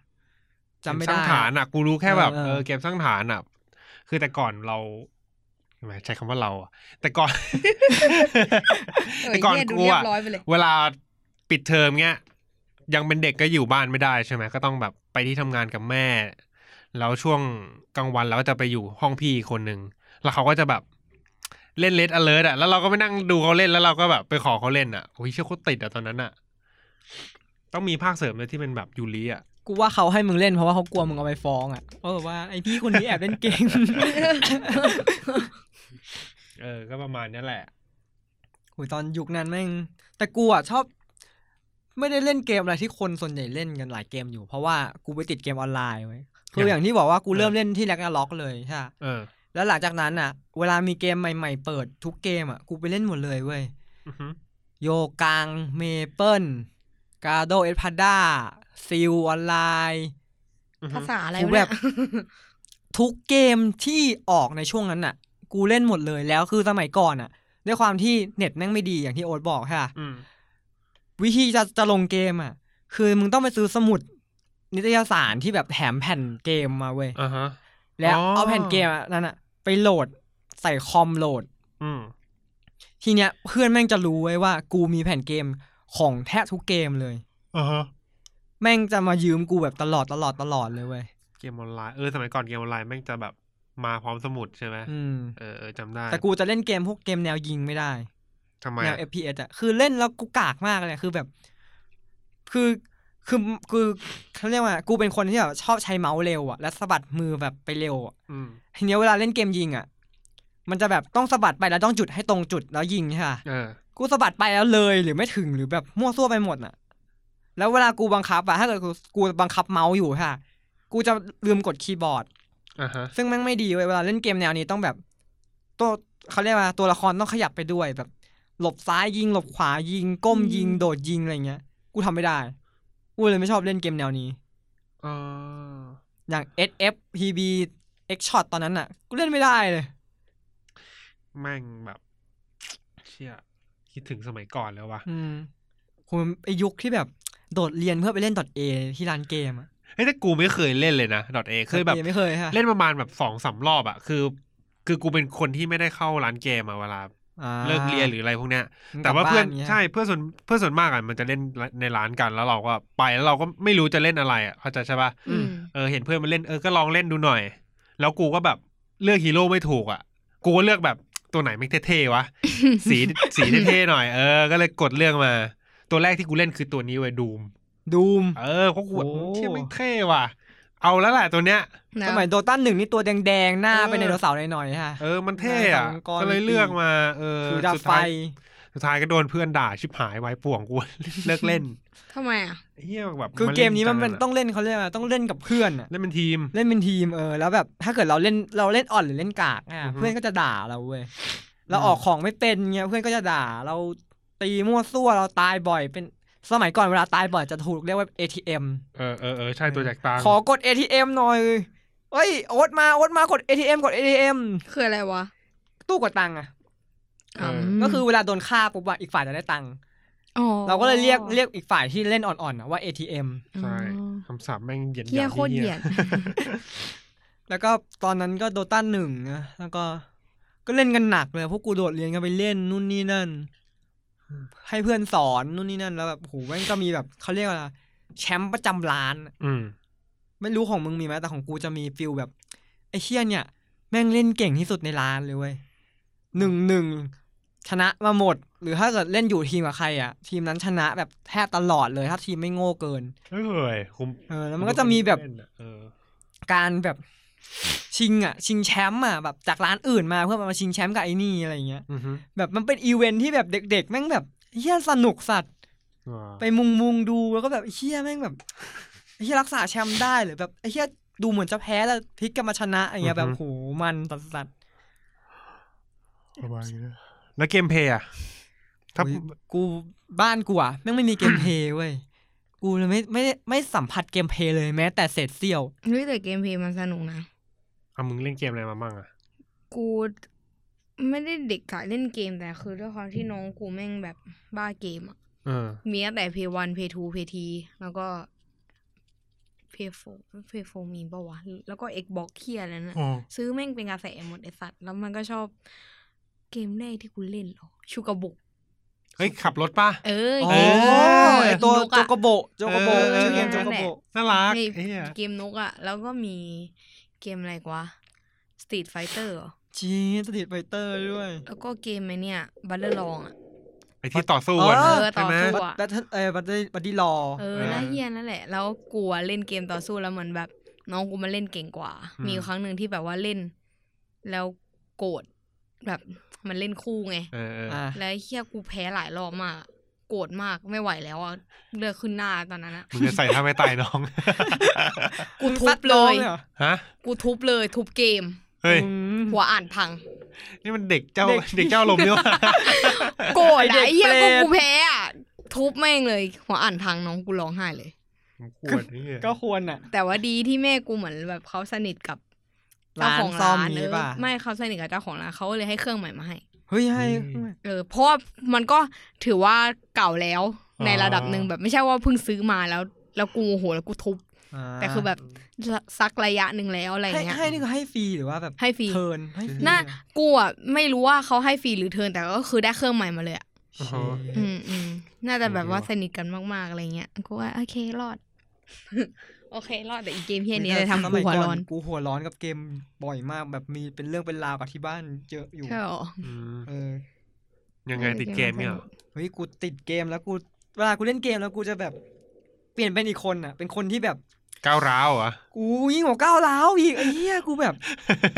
Speaker 1: จำไม่
Speaker 2: เกส
Speaker 1: ได้
Speaker 2: ร้างฐานอ่ะกูรู้แค่แบบ
Speaker 1: เออ
Speaker 2: เอ
Speaker 1: เออ
Speaker 2: อเกมสร้างฐานอ่ะคือแต่ก่อนเราทำไมใช้คำว่าเราอะแต่ก่อน
Speaker 3: เ
Speaker 2: แต่ก่อน
Speaker 3: เหี้ยดู
Speaker 2: กู
Speaker 3: เรีย
Speaker 2: อะ
Speaker 3: บร้อยไป เลย
Speaker 2: เวลาปิดเทอมเงี้ยยังเป็นเด็กก็อยู่บ้านไม่ได้ใช่ไหมก็ต้องแบบไปที่ทำงานกับแม่ แล้วช่วงกลางวันเราก็จะไปอยู่ห้องพี่อีกคนหนึ่งแล้วเขาก็จะแบบเล่นเลดอเลิร์อะแล้วเราก็ไปนั่งดูเขาเล่นแล้วเราก็แบบไปขอเขาเล่นอะโอ้ยเชี่ยโคตรติดอะตอนนั้นอะต้องมีภาคเสริมเลยที่เป็นแบบยูริอะ
Speaker 1: กูว่าเขาให้มึงเล่นเพราะว่าเขากลัวมึงเอาไปฟ้องอ่ะเพราะแบบว่าไอพี่คนนี้แอบเล่นเกม
Speaker 2: เออ ก็ประมาณเนี้ยแหละ
Speaker 1: หูยตอนยุคนั้นแม่ง แต่กูอ่ะชอบ ไม่ได้เล่นเกมอะไรที่คนส่วนใหญ่เล่นกันหลายเกมอยู่ เพราะว่ากูไปติดเกมออนไลน์ไว้ยคือ
Speaker 2: ยัง
Speaker 1: อย่างที่บอกว่ากูเริ่มเล่นที่แล็กนาล็อกเลยใช่
Speaker 2: เออ
Speaker 1: แล้วหลังจากนั้นอ่ะ เวลามีเกมใหม่ ๆ เปิดทุกเกมอ่ะกูไปเล่นหมดเลยเว้ย
Speaker 2: อือฮึ
Speaker 1: โยกังเมเปิลกาโดเอ p พาด้าซิลออนไลน์
Speaker 2: อือฮึ
Speaker 3: ภาษาอะไร
Speaker 1: กู
Speaker 3: วะ
Speaker 1: แบ
Speaker 3: เนี่ย
Speaker 1: บ ทุกเกมที่ออกในช่วงนั้นอ่ะ กูเล่นหมดเลยแล้วคือสมัยก่อนอ่ะด้วยความที่เน็ตแม่งไม่ดีอย่างที่โอ๊ตบอกค่ะ
Speaker 2: อืม
Speaker 1: วิธีจะจะลงเกมอ่ะ คือมึงต้องไปซื้อสมุด นิตยสารที่แบบแถมแผ่นเกมมาเว้ย
Speaker 2: อ่าฮะ
Speaker 1: แล้ว
Speaker 2: อ๋อ
Speaker 1: เอาแผ่นเกมอะนั้นอ่ะ ไปโหลดใส่คอมโหลด
Speaker 2: อืม
Speaker 1: ทีเนี้ยเพื่อนแม่งจะรู้ไว้ยว่า กูมีแผ่นเกมของแทบทุกเกมเลย
Speaker 2: อ่าฮะ
Speaker 1: แม่งจะมายืมกูแบบตลอดตลอดตลอดเลยเว้ย
Speaker 2: เกมออนไลน์เออสมัยก่อนเกมออนไลน์แม่งจะแบบมาพร้อมสมุดใช่ไหม
Speaker 1: อืม
Speaker 2: เออเออจำได้
Speaker 1: แต่กูจะเล่นเกมพวกเกมแนวยิงไม่ได้
Speaker 2: ทำไม
Speaker 1: แน
Speaker 2: อะ
Speaker 1: ว FPS อ่ะ คือเล่นแล้วกูกากมากเลยคือแบบ คือ คือคือเขาเรียกว่า กูเป็นคนที่แบบชอบใช้เมาส์เร็วอ่ะ และสะบัดมือแบบไปเร็วอะ
Speaker 2: อืม
Speaker 1: ทีเนี้ยเวลาเล่นเกมยิงอ่ะ มันจะแบบต้องสะบัดไปแล้วต้องจุดให้ตรงจุดแล้วยิงใช่ปะ
Speaker 2: เออ
Speaker 1: กูสะบัดไปแล้วเลยหรือไม่ถึงหรือแบบมั่วซั่วไปหมดอ่ะ แล้วเวลากูบังคับอ่ะถ้าเกิดกูกูบังคับเมาส์อยู่ค่ะ กูจะลืมกดคีย์บอร์ด
Speaker 2: อ่าฮะ
Speaker 1: ซึ่งแม่งไม่ดีเว้ยเวลาเล่นเกมแนวนี้ต้องแบบตัว เขาเรียกว่าตัวละครต้องขยับไปด้วยแบบ หลบซ้ายยิง หลบขวายิง ก้มยิง
Speaker 3: อืม
Speaker 1: โดดยิงอะไรเงี้ย กูทำไม่ได้ กูเลยไม่ชอบเล่นเกมแนวนี้
Speaker 2: อ๋อ
Speaker 1: อย่าง SF PB X Shot ตอนนั้นอ่ะ กูเล่นไม่ได้เลย
Speaker 2: แม่งแบบ เชี่ยคิดถึงสมัยก่อนแล้ววะ
Speaker 1: อืมคุณไอยุคที่แบบโดดเรียนเพื่อไปเล่น .a ที่ร้านเกมอะ
Speaker 2: เฮ้ยแต่กูไม่เคยเล่นเลยนะดอทเอเคยแบบ
Speaker 1: เไม่เคยค่ะ
Speaker 2: เล่นประมาณแบบสองสามรอบอะคือ คือกูเป็นคนที่ไม่ได้เข้าร้านเกมอะเวลา
Speaker 1: อ่า
Speaker 2: เลิกเรียนหรืออะไรพวกเนี้ย
Speaker 1: มึง
Speaker 2: แต่ว่าก
Speaker 1: ลับ
Speaker 2: เพื่อน
Speaker 1: บ้ย
Speaker 2: ใช่เพื่อนส่วนเพื่อนส่วนมากอะมันจะเล่นในร้านกันแล้วเราก็ไปแล้วเราก็ไม่รู้จะเล่นอะไรอะเข้าใจใช่ปะ
Speaker 3: อืม
Speaker 2: เออเห็นเพื่อนมันเล่นเออก็ลองเล่นดูหน่อย แล้วกูก็แบบเลือกฮีโร่ไม่ถูกอะกูก็เลือกแบบตัวไหนไม่เท่ ๆวะ สีสีเท่ๆหน่อยเออ ก็เลยกดเลือกมา ตัวแรกที่กูเล่นคือตัวนี้เว้ยดูม
Speaker 1: ดูม
Speaker 2: เออเพราะกูแบบ
Speaker 1: โอ้
Speaker 2: เที่ยไม่งเท่ว่ะ เอาแล้วแหละตัวเนี้ย
Speaker 1: สมัยโดต้าหนึ่งนี่ตัวแดงๆ หน้า
Speaker 2: เออ
Speaker 1: เป็นไดโนเสาร์หน่อยๆค่ะ
Speaker 2: เออมันเท่อะ
Speaker 1: นายสังกร
Speaker 2: ก็เลยเลือกมา เออ
Speaker 1: คือดาบ
Speaker 2: สุด
Speaker 1: ไฟ
Speaker 2: ท้ายสุดท้ายก็โดนเพื่อนด่าชิบหายไว้ป่วงกู เลิกเล่น
Speaker 3: ทำไมอ่ะ
Speaker 2: เฮียแบบ
Speaker 1: คือเกมนี้มัน
Speaker 2: ล่
Speaker 1: เป็น
Speaker 2: จัะ
Speaker 1: ต้องเล่นเขาเรียกว่าต้องเล่นกับเพื่อนอะ
Speaker 2: เล่นเป็นทีม
Speaker 1: เล่นเป็นทีมเออแล้วแบบถ้าเกิดเราเล่นเราเล่นอ่อนหรือเล่นกากอ่ะ
Speaker 2: อือฮึ
Speaker 1: เพื่อนก็จะด่าเราเว้ยเราออกของไม่เป็นเงี้ยเพื่อนก็จะด่า เราตีมั่วซั่วเราตายบ่อย เป็นสมัยก่อนเวลาตายบ่อยจะถูกเรียกว่า ATM
Speaker 2: เออเออเออใช่ตัวแจกตังค์
Speaker 1: ขอกด ATM หน่อยเอ้ยโอ๊ตมาโอ๊ตมากด ATM กด ATM
Speaker 3: คืออะไรวะ
Speaker 1: ตู้กดตังค์อ่ะ
Speaker 2: เออ
Speaker 3: ม
Speaker 1: ก็คือเวลาโดนฆ่าปุ๊บอะอีกฝ่ายจะได้ตังค์เราก็เลยเรียกเรียกอีกฝ่ายที่เล่นอ่อนๆอะว่า ATM
Speaker 2: ใช่คำสาปแม่งเหยียด
Speaker 3: เฮีย
Speaker 2: หาม
Speaker 3: โคตรเหยียด
Speaker 1: แล้วก็ตอนนั้นก็โดต้าหนึ่งนะแล้วก็ ก็เล่นกันหนักเลยพวกกูโดดเรียนกันไปเล่นนู่นนี่นั่น ให้เพื่อนสอนนู่นนี่นั่น แล้วแบบโหแม่งก็มีแบบเขาเรียกว่าอะไรแชมป์ประจำร้าน
Speaker 2: อืม
Speaker 1: ไม่รู้ของมึงมีไหมแต่ของกูจะมีฟิลแบบไอ้เชี่ยเนี่ย แม่งเล่นเก่งที่สุดในร้านเลยเว้ยหนึ่งหนึ่งชนะมาหมด หรือถ้าเกิดเล่นอยู่ทีมกับใครอ่ะ ทีมนั้นชนะแบบแทบตลอดเลย ถ้าทีมไม่โง่เกิน
Speaker 2: ไม่เคยคุ้ม
Speaker 1: เออแล้วมันก็จะมีแบบ
Speaker 2: เล่นอะเออ
Speaker 1: การแบบชิงอ่ะ ชิงแชมป์อ่ะแบบจากร้านอื่นมาเพื่อมาชิงแชมป์กับไอ้นี่อะไรเงี้ย
Speaker 2: อือฮึ
Speaker 1: แบบมันเป็นอีเวนท์ที่แบบเด็ก ๆ แม่งแบบเฮียสนุกสัตว์
Speaker 2: อ่า
Speaker 1: ไปมุงมุงดูแล้วก็แบบเฮียแม่งแบบเฮียรักษาแชมป์ได้หรือแบบเฮียดูเหมือนจะแพ้แล้วพลิกกลันมาชนะอะไรเงี้ยแบบโหมันสัตว์สัตว์
Speaker 2: ประมาณนี้นะแล้วเกมเพลย์อะถ้า
Speaker 1: โอ้ยกูบ้านกูอ่ะแม่งไม่มีเกมเพลย์เว้ยกูเลยไม่ไม่ได้ไม่สัมผัสเกมเพลย์เลยแม้แต่เศษเสี้ยว
Speaker 3: รู้ยแต่เกมเพลย์มันสนุกนะ
Speaker 2: เอามึงเล่นเกมอะไรมาบ้างอะ
Speaker 3: กูไม่ได้เด็กกะเล่นเกมแต่คือด้วยความที่น้องกูแม่งแบบบ้าเกมอะ
Speaker 2: เออ
Speaker 3: มีตั้งแต่เพย์วันเพย์ทูเพย์ทีแล้วก็เพย์โฟเพย์โฟมีปะวะ แล้วก็เอ็กบอกเคียอะไรนั่นอะ
Speaker 2: อ๋อ
Speaker 3: ซื้อแม่งเป็นกระแสหมดไอสัตว์ แล้วมันก็ชอบเกมแรกที่กูเล่นเหรอชูกระบุก
Speaker 2: เฮ้ยขับรถป่ะ
Speaker 3: เออ
Speaker 1: อ๋อ
Speaker 3: เกมนกะ
Speaker 1: ไอตัวโจโกโบโจโกโบ
Speaker 2: เออเออ
Speaker 1: ชื่อเกมโจโก
Speaker 3: นั่นแห
Speaker 1: โบ
Speaker 3: ละ
Speaker 2: น่ารัก
Speaker 3: ใน
Speaker 2: เฮีย
Speaker 3: เกมนกอะแล้วก็มีเกมอะไรกวะ Street Fighter เหรอ
Speaker 1: จีสติดไฟเตอร์ด้วย
Speaker 3: แล้วก็เกมไอเนี่ยบัลเลอร์ลองอะ
Speaker 2: ไอที่ต่อสู้อะ
Speaker 3: เออ
Speaker 2: ใช่ไหม
Speaker 3: ต่อสู้อะ
Speaker 1: บัตเทิลเออบัตเทิลบัตตี้รอ
Speaker 3: เออ
Speaker 2: เออ
Speaker 3: น่าเฮียนั่นแหละ แล้วกลัวเล่นเกมต่อสู้แล้วเหมือนแบบ น้องกูมาเล่นเก่งกว่า
Speaker 2: อืม
Speaker 3: มีอยู่ครั้งหนึ่งที่แบบว่าเล่น แล้วโกรธแบบมันเล่นคู่ ไง
Speaker 2: เออเออ
Speaker 1: อ่ะ
Speaker 3: แล้วไอ้เฮียกูแพ้หลายรอบมาก โกรธมากไม่ไหวแล้วอ่ะเลือดขึ้นหน้าตอนนั้นอะ
Speaker 2: มึงจะใส่ท่าไม่ตาย น้อง
Speaker 3: กูทุบเลย
Speaker 1: หรอ
Speaker 2: ฮะ
Speaker 3: กูทุบเลยทุบเกม
Speaker 2: เฮ้ย
Speaker 1: อืม
Speaker 3: หัวอ่านพัง
Speaker 2: นี่มันเด็กเจ้า
Speaker 1: เด็ก
Speaker 2: เด็กเจ้าลมนี่หว่า
Speaker 3: โกรธ
Speaker 1: ไอ้
Speaker 3: อะ
Speaker 1: เด็ก
Speaker 3: ไอ้เฮีย
Speaker 1: เปร
Speaker 3: กู
Speaker 1: ต
Speaker 3: กูแพ้อะทุบแม่งเลย หัวอ่านพังน้องกูร้องไห้เลย
Speaker 2: ขวดนี่
Speaker 1: ก็ควรอ่ะ
Speaker 3: แต่ว่าดีที่แม่กูเหมือนแบบเขาสนิทกับเจ้า
Speaker 1: ร้าน
Speaker 3: ของ
Speaker 1: ซ่อม
Speaker 3: ร้าน
Speaker 1: นี้
Speaker 3: เออ
Speaker 1: ป่ะ
Speaker 3: ไม่เขาสนิทกับเจ้าของร้านเขาเลยให้เครื่องใหม่มาให้
Speaker 1: เฮ้ยให้
Speaker 3: เออเพราะว่ามันก็ถือว่าเก่าแล้วในระดับหนึ่งแบบไม่ใช่ว่าเพิ่งซื้อมาแล้ว แล้วกูโมโหแล้วกูทุบ แต่คือแบบสักระยะหนึ่งแล้วอะไร
Speaker 1: ให้
Speaker 3: เงี้ย
Speaker 1: ให้นี่คือให้ฟรีหรือว่าแบบ
Speaker 3: ให้ฟรี
Speaker 1: เทิร์นให้ฟรี
Speaker 3: น่ากูอ่ะไม่รู้ว่าเขาให้ฟรีหรือเทิร์นแต่ก็คือได้เครื่องใหม่มาเลยอ่ะ
Speaker 2: โอ้โห
Speaker 3: อืมอืมน่าจะแบบว่าสนิทกันมากๆอะไรเงี้ยกูว่าโอเครอด โอเค รอดแต่อีกเกมเพี้ยนี้เลยทำ
Speaker 1: ส
Speaker 3: กู
Speaker 1: มัย
Speaker 3: หัว
Speaker 1: ก่
Speaker 3: ร้อน
Speaker 1: กูหัวร้อนกับเกมบ่อยมากแบบมีเป็นเรื่องเป็นราวกับที่บ้านเยอะอยู่
Speaker 3: ใช่หรอ
Speaker 2: อืม
Speaker 1: เออ
Speaker 2: ยังไงติดเกมเนี่ยเหรอ
Speaker 1: เฮ้ยกูติดเกมแล้วกูเวลากูเล่นเกมแล้วกูจะแบบเปลี่ยนเป็นอีกคนอ่ะ เป็นคนที่แบบ
Speaker 2: ก้าวร้าวเหรอ่ะ
Speaker 1: กูยิ่งกว่าก้าวร้าวอีกไอ้เหี้ยกูแบบ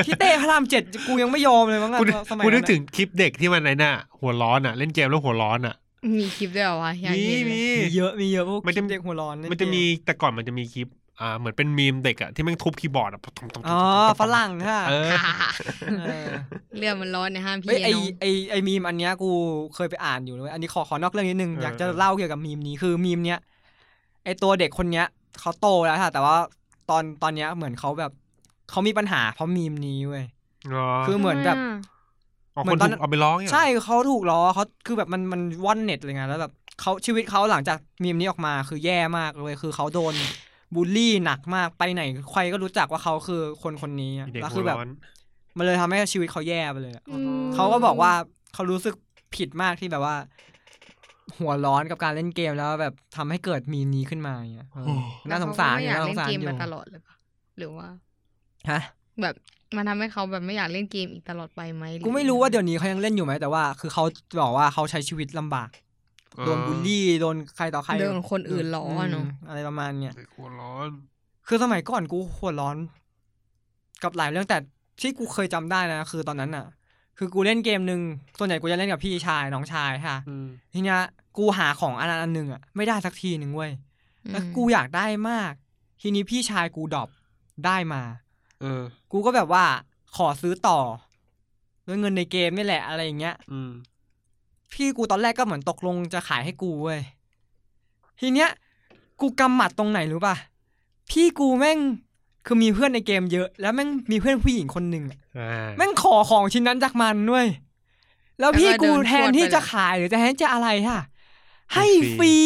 Speaker 1: ที่เตะพระรามเจ็ดกูยังไม่ยอมเลยมั้งอะ
Speaker 2: กู
Speaker 1: สมัย
Speaker 2: กูนึก
Speaker 1: อะ
Speaker 2: ถึงคลิปเด็กที่มันไหนน่ะ หัวร้อนอ่ะ เล่นเกมแล้วหัวร้อนอ่ะ
Speaker 3: มีคลิปด้วยเหรอวะอยาก
Speaker 2: มี
Speaker 3: เห็นเลย
Speaker 2: มี
Speaker 1: มีเยอะมีเยอะพวก
Speaker 2: มัน
Speaker 1: ค
Speaker 2: จะ
Speaker 1: ลิปเด็กหัวร้อนเล่
Speaker 2: มันจะมีแต่ก่อนมันจะมีคลิป อ่าเหมือนเป็นมีมเด็กอะที่แม่งทุบคีย์บอร์ดอะตุ๊บตุ๊บตุ๊บ
Speaker 1: อ๋อฝรั่งค่ะ
Speaker 2: เออ
Speaker 3: ค่ะ
Speaker 1: เออ
Speaker 3: เรื่องมันร้อนนะห้ามพี่
Speaker 1: เอ้ยไอไอ
Speaker 3: ไอ้น้อง
Speaker 1: ไอมีมอันเนี้ยกูเคยไปอ่านอยู่เลยอันนี้ขอขอนอกเรื่องนิดนึง
Speaker 2: เออ
Speaker 1: อ
Speaker 2: อ
Speaker 1: ยากจะเล่าเกี่ยวกับมีมนี้คือมีมเนี้ยไอตัวเด็กคนเนี้ยเขาโตแล้วค่ะ แต่ว่าตอนตอนเนี้ยเหมือนเขาแบบเขามีปัญหาเพราะมีมนี้เว้ย คื เหมือนแบบ
Speaker 2: เอา
Speaker 3: ทำไะ
Speaker 1: เหมื
Speaker 2: ค
Speaker 1: อน นตอน
Speaker 2: ถู
Speaker 1: นั้
Speaker 2: ก
Speaker 1: น
Speaker 2: เอาไปร้องเนี่ยเหรอ
Speaker 1: ใช่เขาถูกล้อเขาคือแบบมันมันว่อนเน็ตเลยไงแล้วแบบเขาชีวิตเขาหลังจากมีมนี้ออกมาคือแย่มากเลยคือเขาโดนบูลลี่หนักมากไปไหนใครก็รู้จักว่าเขาคือคนคนนี้อะ
Speaker 2: ไอ้เด็ก
Speaker 1: แล้ว
Speaker 2: หั
Speaker 1: คื
Speaker 2: ว
Speaker 1: อแบบ
Speaker 2: ร้อน
Speaker 1: มันเลยทำให้ชีวิตเขาแย่ไปเลยอะ
Speaker 3: อืม
Speaker 1: เขาก็บอกว่าเขารู้สึกผิดมากที่แบบว่า หัวร้อนกับการเล่นเกมแล้วแบบทำให้เกิดมีมนี้ขึ้นมาอย่างเงี้ยเออน่าสงสาร
Speaker 3: แล้ว
Speaker 1: ยู่
Speaker 3: เขก็ไม่อยาก
Speaker 1: น่าสงสาร
Speaker 3: เล่นเกม
Speaker 1: อยู่
Speaker 3: มาตลอดเลยปะหรือว่า
Speaker 1: ฮะ
Speaker 3: แบบมันทำให้เขาแบบไม่อยากเล่นเกมอีกตลอดไปไหมหรือ
Speaker 1: กูไม่รู้ว่าเดี๋ยวนี้เขายังเล่นอยู่ไหมแต่ว่า คือเขาบอกว่าเขาใช้ชีวิตลำบากโดนบูลลี่โดนใครต่อใคร
Speaker 3: โดนคนอื่นล้อเนาะ
Speaker 1: มอะไรประมาณเนี้ย
Speaker 2: เด็กหัวร้อน
Speaker 1: คือสมัยก่อนกูหัวร้อน กับหลายเรื่องแต่ที่กูเคยจำได้นะคือตอนนั้นอ่ะ คือกูเล่นเกมหนึ่งส่วนใหญ่กูจะเล่นกับพี่ชายน้องชายค่ะ ทีเนี้ยกูหาของอันนั้นอันหนึ่งอ่ะไม่ได้สักทีหนึ่งเว้ย แล้วกูอยากได้มาก ทีนี้พี่ชายกูดรอปได้มา
Speaker 2: เออ
Speaker 1: กูก็แบบว่าขอซื้อต่อด้วยเงินในเกมนี่แหละอะไรอย่างเงี้ย
Speaker 2: อืม
Speaker 1: พี่กูตอนแรกก็เหมือนตกลงจะขายให้กูเว้ย ทีเนี้ย กูกำหมัดตรงไหนรู้ป่ะ พี่กูแม่งคือมีเพื่อนในเกมเยอะ แล้วแม่งมีเพื่อนผู้หญิงคนหนึ่งอะ แม่งขอของชิ้นนั้นจากมันด้วย แล้วพี่กูแทนที่จะขายหรือจะแทนจะอะไรฮะ ให้ฟ
Speaker 2: ฟรี
Speaker 1: รี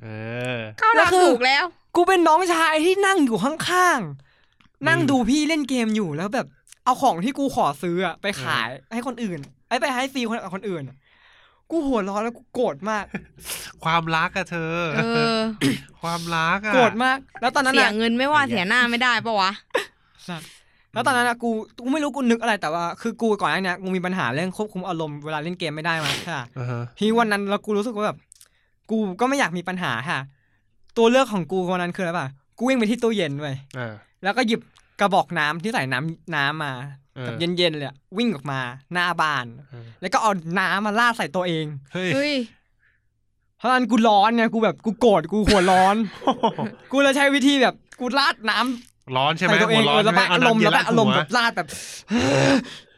Speaker 2: เออ
Speaker 3: เข้า
Speaker 1: แล้ว
Speaker 3: ทาง
Speaker 1: คือ
Speaker 3: ถูกแล้ว
Speaker 1: กูเป็นน้องชายที่นั่งอยู่ข้าง
Speaker 2: ม
Speaker 1: ๆ นั่งดูพี่เล่นเกมอยู่แล้วแบบ เอาของที่กูขอซื้ออะไปขายให้คนอื่นไอ้ไปให้ฟรีคนกับคนอื่นอะกูหัวร้อนแล้วกูโกรธม าก
Speaker 2: ความรักอะเธอ
Speaker 3: เออ
Speaker 2: ความรักอะ
Speaker 1: โกรธมาก แล้วตอนนั้น
Speaker 3: เสีย
Speaker 1: อะ
Speaker 3: เงินไม่ว่าเสียหน้าไม่ได้ปะวะ
Speaker 1: สัตว์แล้วตอนนั้นอะกูกูไม่รู้กูนึกอะไรแต่ว่า คือกูก่อนหน้าเนี้ยกูมีปัญหาเรื่องควบคุมอารมณ์เวลาเล่นเกมไม่ได้มาค่ะ
Speaker 2: อ่าฮะ
Speaker 1: ทีวันนั้นแล้วกูรู้สึกว่าแบบ กูก็ไม่อยากมีปัญหาค่ะ ตัวเลือกของกูวันนั้นคืออะไรป่ะกูวิ่งไปที่ตู้เย็นเว้ย
Speaker 2: เออ
Speaker 1: แล้วก็หยิบกระบอกน้ำที่ใส่น้ำน้ำมา
Speaker 2: เออ
Speaker 1: แบบเย็นๆเลยอะวิ่งออกมา หน้าบ้าน
Speaker 2: เออ
Speaker 1: แล้วก็เอาน้ำมาลาดใส่ตัวเอง
Speaker 2: เฮ้ย
Speaker 3: เฮ้ย
Speaker 1: เพราะฉะนั้นกูร้อนไงกูแบบกูโกรธกูหัวร้อน กูเลยใช้วิธีแบบกูลาดน้ำ
Speaker 2: ร้อนใช่ไหม
Speaker 1: ใส่ตัวเอ
Speaker 2: หั
Speaker 1: ง
Speaker 2: วร้อ
Speaker 1: เอน อระบาย
Speaker 2: ใช่ไห
Speaker 1: อารมณ์ระ
Speaker 2: เน้ำเน
Speaker 1: บายอารมณ์
Speaker 2: หัว
Speaker 1: แบบลาดแบบ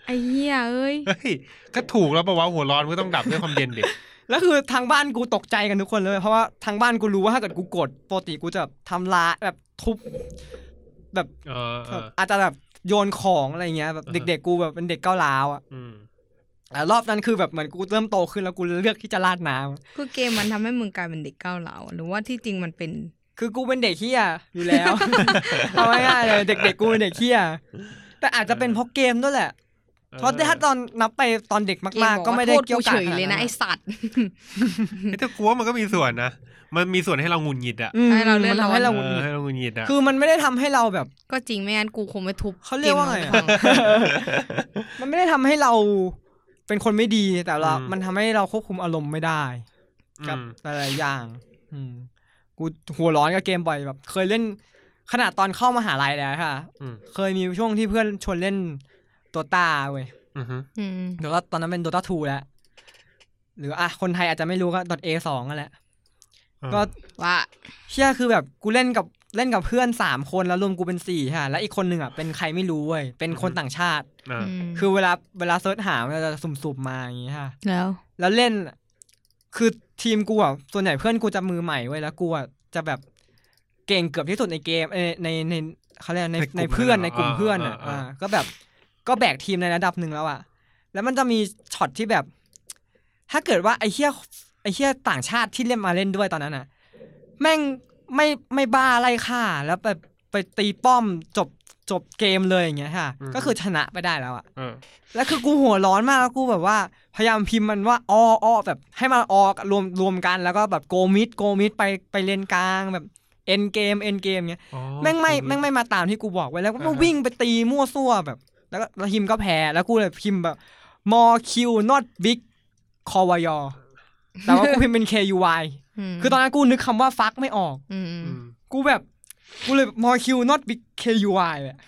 Speaker 3: ไอ้เหี้ยเอ้ย
Speaker 2: เฮ้ยก็ถูกแล้วปะวะหัวร้อนก็ต้องดับด้วยความเย็นดิ
Speaker 1: แล้วคือทางบ้านกูตกใจกันทุกคนเลยเพราะว่าทางบ้านกูรู้ว่าถ้าเกิดกูโกรธปกติกูจะแบบทำร้ายแบบทุบแบบ
Speaker 2: เออเอ
Speaker 1: แบบ
Speaker 2: อ
Speaker 1: อาจจะแบบโยนของอะไรเงี้ยแบบ
Speaker 2: อ่าฮะ
Speaker 1: เด็กๆกูแบบเป็นเด็กก้าวร้าวอ่ะ
Speaker 2: อืม
Speaker 1: แต่รอบนั้นคือแบบเหมือนกูเริ่มโตขึ้นแล้วกูเลือกที่จะลาดน้ำ
Speaker 3: คือเกมมันทำให้มึงกลายเป็นเด็กก้าวร้าวหรือว่าที่จริงมันเป็น
Speaker 1: คือกูเป็นเด็กเฮียอยู่แล้ว เอาง่ายๆเลยเด็กๆกูเป็นเด็กเฮียแต่อาจจะเป็นเพราะเกมด้วยแหละ เพราะถ้าตอนนับไปตอนเด็ก
Speaker 3: เกม
Speaker 1: มาก
Speaker 3: บอก
Speaker 1: ๆ
Speaker 3: ก็
Speaker 1: ก็
Speaker 3: ไม่
Speaker 1: ไม่
Speaker 3: ได้
Speaker 1: ได้
Speaker 3: เกี่
Speaker 1: เกี่ย
Speaker 3: ย
Speaker 1: ว ว
Speaker 3: เฉ
Speaker 1: กาบ
Speaker 3: ยเลยนะไอสัตว์
Speaker 2: เอ้ยแต่กูว่ามันก็มีส่วนนะ มันมีส่วนให้เราหงุดหงิดอะ
Speaker 1: อืม
Speaker 3: ให้เราเลื่อน
Speaker 1: มันทำให้
Speaker 3: ลอย
Speaker 1: เราหงุดหงิด
Speaker 2: เออให้เราหงุดหงิดอะ
Speaker 1: คือมันไม่ได้ทำให้เราแบบ
Speaker 3: ก็จริงไม่งั้นกูคงไม่ทุบ
Speaker 1: เขาเรียกว่าไงอะ
Speaker 3: เกมมันให้ฟัง
Speaker 1: มันไม่ได้ทำให้เราเป็นคนไม่ดีแต่เรา มันทำให้เราควบคุมอารมณ์ไม่ได้ กับ
Speaker 2: ม
Speaker 1: หลายๆอย่าง อืม กูหัวร้อนกับเกมบ่อยแบบ เคยเล่นขนาดตอนเข้ามหาลัยแล้วค่ะ
Speaker 2: อืม
Speaker 1: เคยมีช่วงที่เพื่อนชวนเล่นตัวตาเว้ย
Speaker 2: อือฮึ
Speaker 3: อืม
Speaker 1: เดี๋ยวก็ตอนนั้นเป็น d o ต a 2แล้ว หรืออ่ะคนไทยอาจจะไม่รู้ก็ .a สองนั่นแหละ
Speaker 2: อ่า
Speaker 1: ก็
Speaker 3: ว่า
Speaker 1: เชี่ยคือแบบกูเล่นกับเล่นกับเพื่อนสามคนแล้วรวมกูเป็นสี่ค่ะ แล้วอีกคนหนึ่งอ่ะเป็นใครไม่รู้เว้ย เป็นคนต่างชาติ
Speaker 2: อ่า
Speaker 3: ม
Speaker 1: คือเวลาเวลาเซิร์ชหามันจะสุ่มๆมาอย่างงี้ค่ะ
Speaker 3: แล้ว
Speaker 1: แล้วเล่น คือทีมกูอ่ะ ส่วนใหญ่เพื่อนกูจะมือใหม่เว้ย แล้วกูอ่ะจะแบบเก่งเกือบที่สุดในเกมเอ้ยในในเขาเรียกอะไรใน
Speaker 2: ในกลุ่ม
Speaker 1: ในเพื่อน
Speaker 2: เลยเหรอ
Speaker 1: ในกลุ่มเพื่อนอ่ะ
Speaker 2: อ่าอ่า
Speaker 1: อ่าก็แบบก็แบกทีมในระดับหนึ่งแล้วอ่ะ แล้วมันจะมีช็อตที่แบบ ถ้าเกิดว่าไอ้เฮียไอ้เฮียต่างชาติที่เล่นมาเล่นด้วยตอนนั้นอ่ะ แม่งไม่ไม่บ้าไล่ฆ่า แล้วแบบไปตีป้อมจบจบเกมเลยอย่างเงี้ยค่ะ ก็คือชนะไปได้แล้วอ่ะ
Speaker 2: เออ
Speaker 1: แล้วคือกูหัวร้อนมากแล้วกูแบบว่า พยายามพิมพ์มันว่าอ้ออ้อแบบให้มันออกรวมรวมกันแล้วก็แบบโกมิดโกมิดไปไปเลนกลางแบบเอ็นเกมเอ็นเกมเงี้ย
Speaker 2: อ๋อ
Speaker 1: แม่งไม่
Speaker 2: ถูก
Speaker 1: แม่งไม่มาตามที่กูบอกไว้แล้วก็
Speaker 2: อ่าฮะ
Speaker 1: วิ่งไปตีมั่วซั่วแบบ แล้วก็แล้วพิมพ์ก็แพ้แล้วกูเลยพิมพ์แบบมอคิว not big คอวยอแต่ว่ากูพิมพ์เป็น KUY คือตอนนั้นกูนึกคำว่าฟักไม่ออก
Speaker 3: อืม
Speaker 2: อืม
Speaker 1: กูแบบกูเลยมอคิว not big KUI แหละ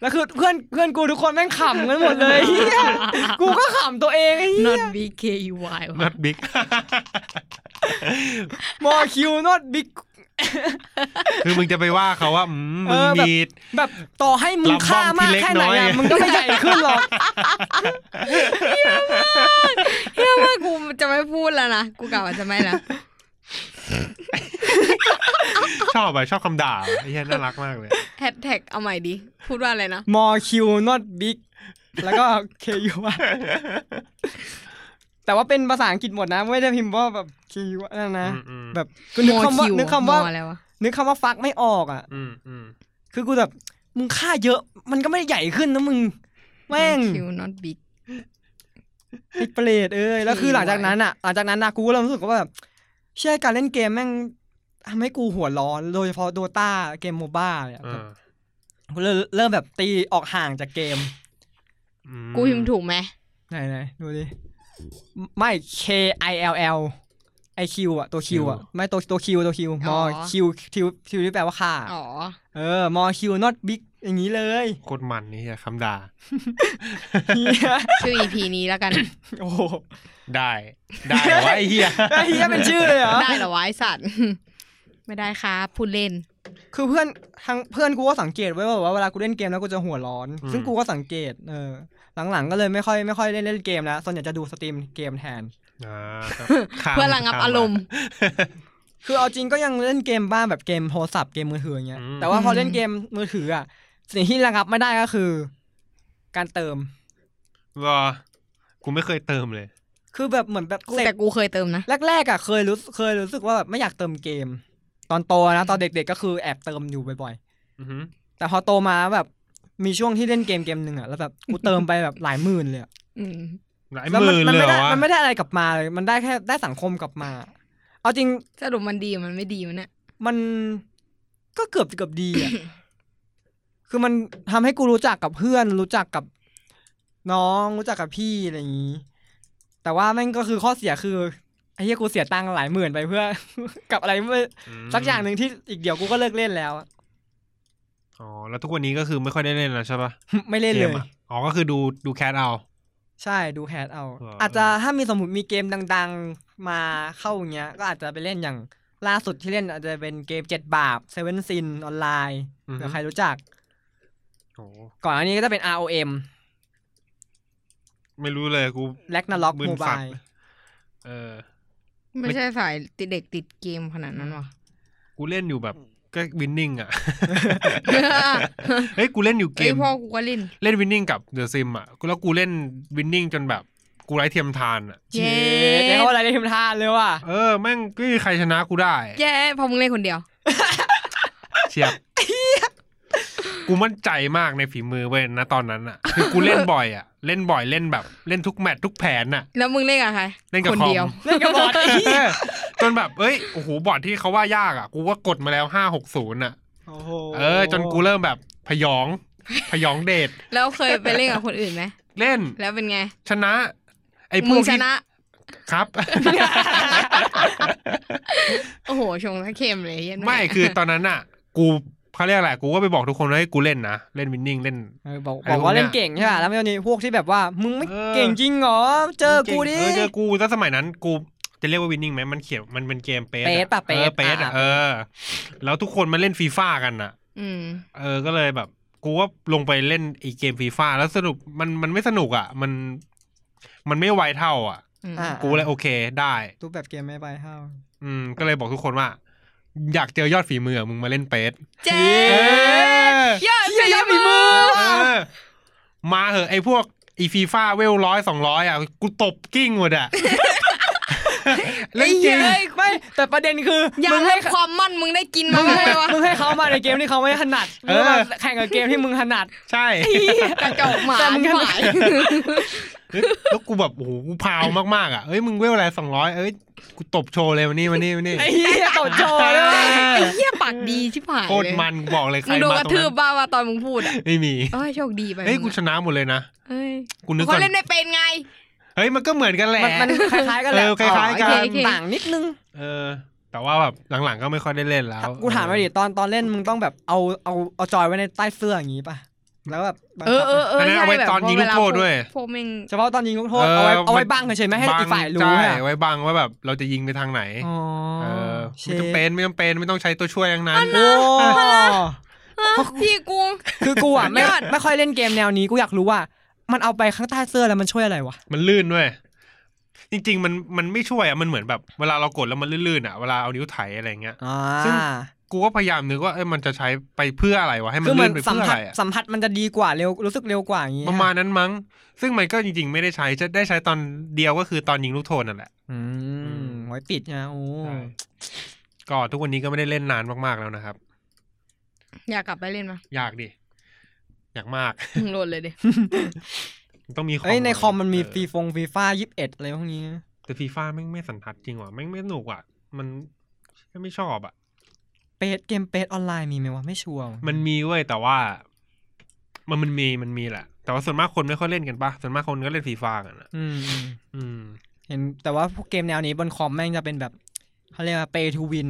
Speaker 1: แล้วคือเพื่อนเพื่อนกูทุกคนแม่งขำกันหมด เลยเหี้ยกูก็ขำตัวเองไอ้
Speaker 3: น
Speaker 1: เหี้
Speaker 3: อต
Speaker 1: ย
Speaker 3: บีเคยูวาย
Speaker 2: นัดบิ๊ก
Speaker 1: มอคิว not big
Speaker 2: คือมึงจะไปว่าเขาว่าอืม
Speaker 1: เอ
Speaker 2: มึ
Speaker 1: อ
Speaker 2: ง
Speaker 1: แบบ
Speaker 2: มี
Speaker 1: แบบต่อให้มึง
Speaker 2: ลำบ้อง
Speaker 1: ฆ่ามาก
Speaker 2: ที่เล็ก
Speaker 1: แค่ไหน
Speaker 2: น้อย
Speaker 1: อะ
Speaker 2: ไง
Speaker 1: มึงก็ไม่ใหญ่ขึ้นหรอก
Speaker 3: เฮียมากกูจะไม่พูดแล้วนะกูกล่าวว่าจะไม่แล้ว
Speaker 2: ชอบอะชอบคำด่าไอ้เหี้ยน่ารักมากเลย
Speaker 3: แฮชแท็กเอาใหม่ดิพูดว่าอะไรนะ
Speaker 1: มอคิว not big แล้วก็ K U อะ แต่ว่าเป็นภาษาอังกฤษหมดนะ ไม่ได้พิมพ์ว่าแบบ K U อะนั่นนะ
Speaker 2: อืมอืม
Speaker 1: แบบก็นึกคำว่า
Speaker 3: MoQ
Speaker 1: นึกคำว่า
Speaker 3: มออะไรวะ
Speaker 1: นึกคำว่าฟักไม่ออกอ่ะ
Speaker 2: อืมอืม
Speaker 1: คือกูแบบ มึงฆ่าเยอะ มันก็ไม่ได้ใหญ่ขึ้นนะมึง แม่ง
Speaker 3: คิว not big
Speaker 1: ติดเปรตเอ้ย แล้วคือหลังจากนั้นอ่ะ หลังจากนั้นนะกูก็เริ่มรู้สึกว่าแบบ เชื่อการเล่นเกมแม่งทำให้กูหัวร้อน โดยเฉพาะโดตาเกมโมบ้าเนี่ย
Speaker 2: เออ
Speaker 1: กูเริ่มเริ่มแบบตีออกห่างจากเกม
Speaker 2: อื
Speaker 3: กูพิมพ์ถูกไหม
Speaker 1: ไหนไหนดูดิ ไม่ K I L L ไอคิวอะตัวคิวอะไม่ตัวตัวคิวตัวคิวมอคิวคิวคิวที่แปลว่าค่า
Speaker 3: อ๋อ
Speaker 1: เออมอคิว not big อย่างนี้เลย
Speaker 2: โคตรมันนี่เหี้ยคำด่า
Speaker 1: เหี้ย
Speaker 3: ชื่อ EP นี้แล้วกัน
Speaker 1: โอ้โห
Speaker 2: ได้ ได้เหรอวะไอ้เหี้ย
Speaker 1: ไอ้เฮียเป็นชื่อเลยเหรอ
Speaker 3: ได้เหรอวะไอสัตว์ ไม่ได้ครับพูดเล่น
Speaker 1: คือเพื่อนทางเพื่อนกูก็สังเกตไว้ว่าเวลากูเล่นเกมแล้วกูจะหัวร้อน
Speaker 2: อืม
Speaker 1: ซึ่งกูก็สังเกตเออหลังๆก็เลยไม่ค่อยไม่ค่อยได้เล่นเกมแล้วส่วนใหญ่จะดูสตรีมเกมแทน
Speaker 2: อ่าก็
Speaker 3: เพื่อระงับ
Speaker 2: ข้
Speaker 3: อารมณ์
Speaker 1: คือเอาจริงก็ยังเล่นเกมบ้างแบบเกมโทรศัพท์เกมมือถืออย่างเงี้ย
Speaker 2: อืม
Speaker 1: แต่ว่าพอเล่นเกมมือถืออ่ะสิ่งที่ระงับไม่ได้ก็คือ การเติม
Speaker 2: รอกูไม่เคยเติมเลย
Speaker 1: คือแบบเหมือนแบบเส
Speaker 3: แต่
Speaker 1: ก
Speaker 3: กูเคยเติมนะ
Speaker 1: แรกๆอ่ะเคยรู้เคยรู้สึกว่าแบบไม่อยากเติมเกม ตอนโตนะตอนเด็กๆก็คือแอบเติมอยู่บ่อย
Speaker 2: อือหือ
Speaker 1: ๆ แต่พอโตมาแบบมีช่วงที่เล่นเกมเกมหนึ่งอ่ะแล้วแบบกูเติมไปแบบหลายหมื่นเลยอะ
Speaker 3: อืม
Speaker 2: หลายห
Speaker 1: แล้ว
Speaker 2: มื่น
Speaker 1: มั
Speaker 2: เลย
Speaker 1: ไม่
Speaker 2: เหร
Speaker 1: ได้
Speaker 2: อวะ
Speaker 1: มันไม่ได้อะไรกลับมาเลยมันได้แค่ได้สังคมกลับมา เอาจริง
Speaker 3: สรุปมันดีมันไม่ดีมันเนี่ย
Speaker 1: มันก็เกือบจะเกือบดีอ่ะ คือมันทำให้กูรู้จักกับเพื่อน รู้จักกับน้องรู้จักกับพี่อะไรอย่างนี้ แต่ว่าแม่งก็คือข้อเสียคือไอ้เหี้ยกูเสียตังค์หลายหมื่นไปเพื่อ กับอะไรไม่
Speaker 2: ม
Speaker 1: สักอย่างหนึ่งที่อีกเดี๋ยวกูก็เลิกเล่นแล้ว
Speaker 2: อ๋อแล้วทุกวันนี้ก็คือไม่ค่อยได้เล่นแล้วใช่ปะ
Speaker 1: ไม่เล่นเล
Speaker 2: ก
Speaker 1: ย
Speaker 2: มอะอ๋อก็คือดูดูแคทเอา
Speaker 1: ใช่ดูแฮทเอา
Speaker 2: อ๋ออ
Speaker 1: อาจจะถ้ามีสมมติมีเกมดัง ๆมาเข้าอย่างเงี้ย ก็อาจจะไปเล่นอย่างล่าสุดที่เล่นอาจจะเป็นเกมเจ็ดบาปเซเว่นซินออนไลน์
Speaker 2: อือ
Speaker 1: เดี๋ยว
Speaker 2: หือ
Speaker 1: ใครรู้จัก
Speaker 2: โอ้
Speaker 1: ก่อนอันนี้ก็จะเป็น ROM
Speaker 2: ไม่รู้เลยกู
Speaker 1: แลกนาล็อก
Speaker 2: มึน
Speaker 1: โมบา
Speaker 2: สัตว์
Speaker 1: ย
Speaker 2: เออ
Speaker 3: ไม่ใช่สายติดเด็กติดเกมขนาดนั้น วะ
Speaker 2: กูเล่นอยู่แบบก็วินนิ่งอ่ะ เฮ้ยกูเล่นอยู่เก
Speaker 3: ไอ้ย
Speaker 2: ม
Speaker 3: พ่อกูก็เล่น
Speaker 2: เล่นวินนิ่งกับเดอะซิมอ่ะแล้วกูเล่นวินนิ่งจนแบบกูไร้เทียมทานอ่ะ
Speaker 1: เย้ใช้คำว่าอะไรได้ทีมทานเลยว่ะ
Speaker 2: เออแม่งไม่มีใครชนะกูได้
Speaker 3: เย้พอมึงเล่นคนเดียว
Speaker 2: เชียบกูมั่นใจมากในฝีมือเว้ยนะตอนนั้นอ่ะคือกูเล่นบ่อยอ่ะเล่นบ่อยเล่นแบบ เล่นทุกแมตช์ทุกแผนอ่ะ
Speaker 3: แล้วมึงเล่นกับใคร
Speaker 2: เล่นกับ
Speaker 3: คน
Speaker 2: คอม
Speaker 3: เดียว
Speaker 1: เล่นกับบ อทอีก
Speaker 2: เออจนแบบเอ้ยโอ้โหบอร์ดที่เขาว่ายากอ่ะ กูว่ากดมาแล้วห้าหกศูนย์อ่ะ
Speaker 1: โอ้โห
Speaker 2: เออจนกูเริ่มแบบพยอง พยองเดท
Speaker 3: แล้วเคยไปเล่นกับคนอื่นไหม
Speaker 2: เล่น
Speaker 3: แล้วเป็นไง
Speaker 2: ชนะ ไอ้พ
Speaker 3: มึ
Speaker 2: ว
Speaker 3: ง
Speaker 2: ก
Speaker 3: ช
Speaker 2: ที่
Speaker 3: นะ
Speaker 2: ครับ
Speaker 3: โอ้โหชงทั้งเข็มเลยเหี้ยัน
Speaker 2: ไม่คือตอนนั้นอ่ะ กูเขาเรียกอะไรกูก็ไปบอกทุกคนว่าให้ยกูเล่นนะเล่นวินนิ่งเล่น
Speaker 1: เออบอก
Speaker 2: ไอ้
Speaker 1: บอก
Speaker 2: พวก
Speaker 1: ว่า
Speaker 2: เนี้ย
Speaker 1: เล่นเก่งใช่ป่ะแล้วมันจะมีพวกที่แบบว่า มึงไม่
Speaker 2: เออ
Speaker 1: เก่งจริงเหรอ เจอกูดิ
Speaker 2: เออเจอกูแล้วสมัยนั้นกูจะเรียกว่าวินนิ่งไหมมันเขียนมันเป็นเกมเปสอ
Speaker 1: เปสป่ะเปส
Speaker 2: ออเปส
Speaker 1: อ่ะ
Speaker 2: อ่ะเออ แล้วทุกคนมาเล่นฟีฟ่ากันอ่ะ
Speaker 3: อืม
Speaker 2: เออ ก็เลยแบบ กูว่าลงไปเล่นไอีเกมฟีฟ่าแล้วสนุกมันมันไม่สนุกอ่ะ มัน มันไม่ไวเท่า อ่ะ
Speaker 3: อืม
Speaker 1: อ่ะ
Speaker 2: กูเลยโอเคได้
Speaker 1: รูปแบบเกมไม่ไปเท่า
Speaker 2: อืม ก็เลยบอกทุกคนว่า อยากเจอยอดฝีมืออะมึงมาเล่นเปส
Speaker 3: เจ๊
Speaker 2: เออ
Speaker 3: เยอะเยอะเยอะมือ
Speaker 2: เออ มาเหอะไอพวกอีฟีฟ่าเวลร้อยสองร้อยอ่ะ กูตบกิ้งหมดอ่ะ เล่นจริง
Speaker 1: ไม่แต่ประเด็นคือ
Speaker 3: ยั
Speaker 1: มึ
Speaker 3: ง
Speaker 1: ง
Speaker 3: ให้
Speaker 1: ให้
Speaker 3: ความมั่นมึงได้กินมา
Speaker 1: มึง
Speaker 3: ไหม
Speaker 1: ให้
Speaker 3: วะ
Speaker 1: มึงให้เขามาในเกมที่เขาไม่ถนัด
Speaker 2: เอ
Speaker 1: มึ
Speaker 2: อ
Speaker 1: งมาแข่งกับเกมที่มึงถนัด
Speaker 2: ใช่
Speaker 3: กระจอกหมา
Speaker 1: แต่มึงก็
Speaker 3: หมาย
Speaker 2: เฮ้ยแล้วกูแบบโอ้โหกูพาวมากๆอ่ะเอ้ยมึงเวลอะไรสองร้อยเอ้ยกูตบโชว์เลยวันนี้วันนี้วันนี้
Speaker 1: ไอ้เหี้ยตบโจรเลยว่ะ
Speaker 3: ไอ้เหี้ยปากดีชิบหาย
Speaker 2: โคต
Speaker 3: เล
Speaker 2: ร
Speaker 3: ย
Speaker 2: มันกูบอกเลยใคร
Speaker 3: มึงโดน
Speaker 2: มาก
Speaker 3: ระ
Speaker 2: ตรง
Speaker 3: ทื
Speaker 2: นั้
Speaker 3: บ
Speaker 2: น
Speaker 3: บ้าวะตอนมึงพูดอ่ะ
Speaker 2: ไม่มี
Speaker 3: เอ้ยโชคดีไป
Speaker 2: เฮ้ยกูชนะหมดเลยนะ
Speaker 3: เอ้ย
Speaker 2: กูนึก
Speaker 3: เขา
Speaker 2: ก่อน
Speaker 3: เล่นไม่เป็นไง
Speaker 2: เฮ้ยมันก็เหมือนกันแหละ
Speaker 1: มันมันคล้ายๆกันแหละ
Speaker 2: เออคล้ายๆกัน
Speaker 1: อ๋อโอเคต่างนิดนึง
Speaker 2: เออ แต่ว่าแบบหลังๆก็ไม่ค่อยได้เล่นแล้ว
Speaker 1: กูถามมาดิตอนตอนเล่นมึงต้องแบบเอาเอาเอาจอยไว้ในใต้เสื้ออย่างนี้ป่ะแล้วแบบบัง
Speaker 3: เอ
Speaker 1: คับ
Speaker 3: อเออเออ
Speaker 2: อันนั้นเอาไว้
Speaker 3: ใช่แบบ
Speaker 2: ตอนยิงลูกโทษด้วย
Speaker 3: พวกแม่ง
Speaker 1: เฉพาะตอนยิงลูกโทษเอาไว้เอาไว้บังเฉยๆไม่ให้อีกฝ่ายรู้
Speaker 2: ใช่
Speaker 1: อะ
Speaker 2: ไว้บังว่าแบบเราจะยิงไปทางไหน
Speaker 1: อ๋อ
Speaker 2: เออ
Speaker 1: เช
Speaker 2: ไม่
Speaker 1: ฟ
Speaker 2: จำเป็นไม่จำเป็นไม่ต้องใช้ตัวช่วยทั้งนั้น
Speaker 1: โอ้
Speaker 3: ฮะพี่กู
Speaker 1: คือกูอ่ะไม่
Speaker 3: ยอด
Speaker 1: ไม่ค่อยเล่นเกมแนวนี้กูอยากรู้ว่า มันเอาไปข้างใต้เสื้อแล้วมันช่วยอะไรวะ
Speaker 2: มันลื่นด้วย จริง ๆ มันมันไม่ช่วยอ่ะมันเหมือนแบบเวลาเรากดแล้วมันลื่นๆอ่ะเวลาเอานิ้วไถอะไรเงี้ย
Speaker 1: อ่า
Speaker 2: ซึ่ง กูก็พยายามนึกว่าเอ้ยมันจะใช้ไปเพื่ออะไรวะให้มัน
Speaker 1: คือเหมื
Speaker 2: ลื่
Speaker 1: อน
Speaker 2: นไป
Speaker 1: สัม
Speaker 2: เพื่อ
Speaker 1: ผั
Speaker 2: อะ
Speaker 1: ส
Speaker 2: ไรอะ
Speaker 1: สัมผัสมันจะดีกว่าเร็วรู้สึกเร็วกว่าอย่างงี้
Speaker 2: ประมาณนั้นมั้ง ซึ่งมันก็จริง ๆ ไม่ได้ใช้จะได้ใช้ตอนเดียวก็คือตอนยิงลูกโทนนั่นแหละ
Speaker 1: อืมไว้ปิดนะโอ้
Speaker 2: ใช่ ก็ทุกวันนี้ก็ไม่ได้เล่นนานมากๆแล้วนะครับ
Speaker 3: อยากกลับไปเล่นมา
Speaker 2: อยากดิอยากมาก
Speaker 3: มึงโหลดเลยดิ
Speaker 2: ต้องมีคอม
Speaker 1: เอ้ยในคอมมันมี
Speaker 2: เ
Speaker 1: ฟีฟงฟีฟ่ายิบเอ็ดอะไรพวกนี้
Speaker 2: แต่ฟีฟ่าแม่งไม่สันทัดจริงว่ะแม่งไม่สนุกว่ะมันไม่ชอบอ่ะ
Speaker 1: เปดเกมเปดออนไลน์มีไหมวะไม่ชัวร์
Speaker 2: มันมีเว้ยแต่ว่า มันมันมีมันมีแหละ แต่ว่าส่วนมากคนไม่ค่อยเล่นกันปะส่วนมากคนก็เล่นฟีฟ่ากันอ่ะ
Speaker 1: อืมอืม
Speaker 2: อืม
Speaker 1: เห็นแต่ว่าพวกเกมแนวนี้บนคอมแม่งจะเป็นแบบเขาเรียกว่าเปทูวิน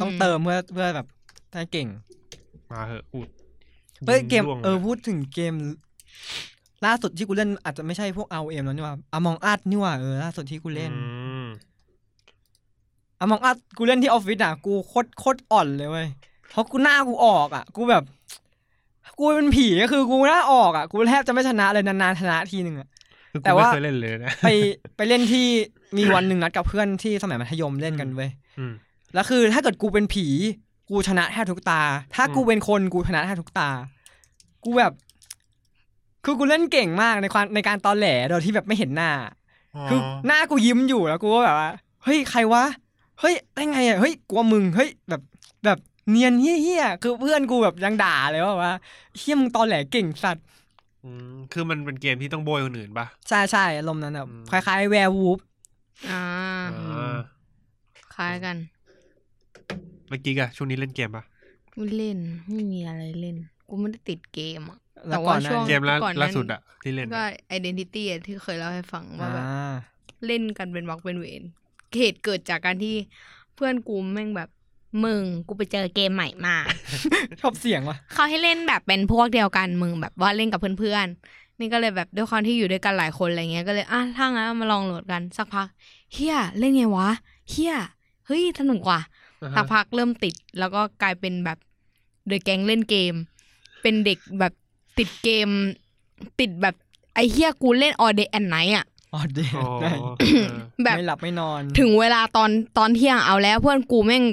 Speaker 1: ต้องเติมเพื่อเพื่อแบบถ้าเก่ง
Speaker 2: มาเหอะอุด
Speaker 1: เฮ้ยเกม
Speaker 2: ล่วง
Speaker 1: เออพูดถึงเกม ล่าสุดที่กูเล่นอาจจะไม่ใช่พวกเอาเอ็มแล้วนี่ว่าอมองอัดนี่ว่าเออล่าสุดที่กูเล่น
Speaker 2: อืม
Speaker 1: อมองอัดกูเล่นที่ออฟฟิศอ่ะกูโคตรโคตรอ่อนเลยเว้ยเพราะกูหน้ากูออกอ่ะ กูแบบ กูเป็นผีก็คือกูหน้าออกอ่ะกูแทบจะไม่ชนะเลยนานๆชนะทีหนึ่งอ่ะ
Speaker 2: คือกู
Speaker 1: แต่ว่า
Speaker 2: ไม่เคยเล่นเลยนะ
Speaker 1: ไปไปเล่นที่มีวันหนึ่งนัดกับเพื่อนที่สมัยมัธยมเล่นกันเว้ย
Speaker 2: อืม
Speaker 1: แล้วคือถ้าเกิดกูเป็นผี กูชนะแทบทุกตา ถ้ากู
Speaker 2: อืม
Speaker 1: เป็นคนกูชนะแทบทุกตา กูแบบ คือกูเล่นเก่งมากในความในการตอนแหลโดยที่แบบไม่เห็นหน้า คือหน้ากูยิ้มอยู่แล้วกูก็แบบว่าเฮ้ยใครวะเฮ้ยได้ไงอ่ะเฮ้ยกลัวมึงเฮ้ยแบบแบบเนียนเฮี้ยๆคือเพื่อนกูแบบยังด่าเลยว่าแบบว่าเฮี้ยมึงตอนแหลเก่งสัตว์
Speaker 2: มคือมันเป็นเกมที่ต้องโบยคนอื่นปะ
Speaker 1: ใช่ใช่อารมณ์นั้นแบบ
Speaker 2: อืม
Speaker 1: คล้ายๆแวร์วูฟ
Speaker 3: อ่า
Speaker 2: อ่า
Speaker 3: คล้ายกัน
Speaker 2: เมื่อกี้อะช่วงนี้เล่นเกมปะ
Speaker 3: กูเล่นไม่มีอะไรเล่น กูไม่ได้ติดเกมอ่ะ
Speaker 1: แล้
Speaker 3: แต่
Speaker 1: วก่
Speaker 3: ว่า
Speaker 1: อนหน้า
Speaker 3: ช่วง
Speaker 2: เกมล่า
Speaker 3: ก่อนนั้น
Speaker 2: ล่าสุดอะที่เล่นอะ
Speaker 3: ก็ identity อะที่เคยเล่าให้ฟังว่า
Speaker 1: อ่า
Speaker 3: แบบ เล่นกันเป็นวักเป็นเวรเหตุเกิดจากการที่เพื่อนกูแม่งแบบ มึงกูไปเจอเกมใหม่มา
Speaker 1: ชอบเสียงว่ะ
Speaker 3: เขาให้เล่นแบบเป็นพวกเดียวกันมึงแบบว่าเล่นกับเพื่อนๆ นี่ก็เลยแบบด้วยความที่อยู่ด้วยกันหลายคนอะไรเงี้ยก็เลยอ่ะถ้างั้นเอามาลองโหลดกันสักพักเฮียเล่นไงวะเฮียเฮ้ยสนุกว่ะ
Speaker 2: อ่าฮะ
Speaker 3: สักพักเริ่มติด แล้วก็กลายเป็นแบบเดอะแก๊งเล่นเกม เป็นเด็กแบบติดเกม ติดแบบไอเฮียกูเล่น all day and night อ่ะ
Speaker 1: ออเดย์
Speaker 2: อ๋อ
Speaker 1: ได้
Speaker 2: เออ
Speaker 3: แบบ
Speaker 1: ไม่หลับไม่นอน
Speaker 3: ถึงเวลาตอนตอนเที่ยงเอาแล้วเพื่อนกูแม่ง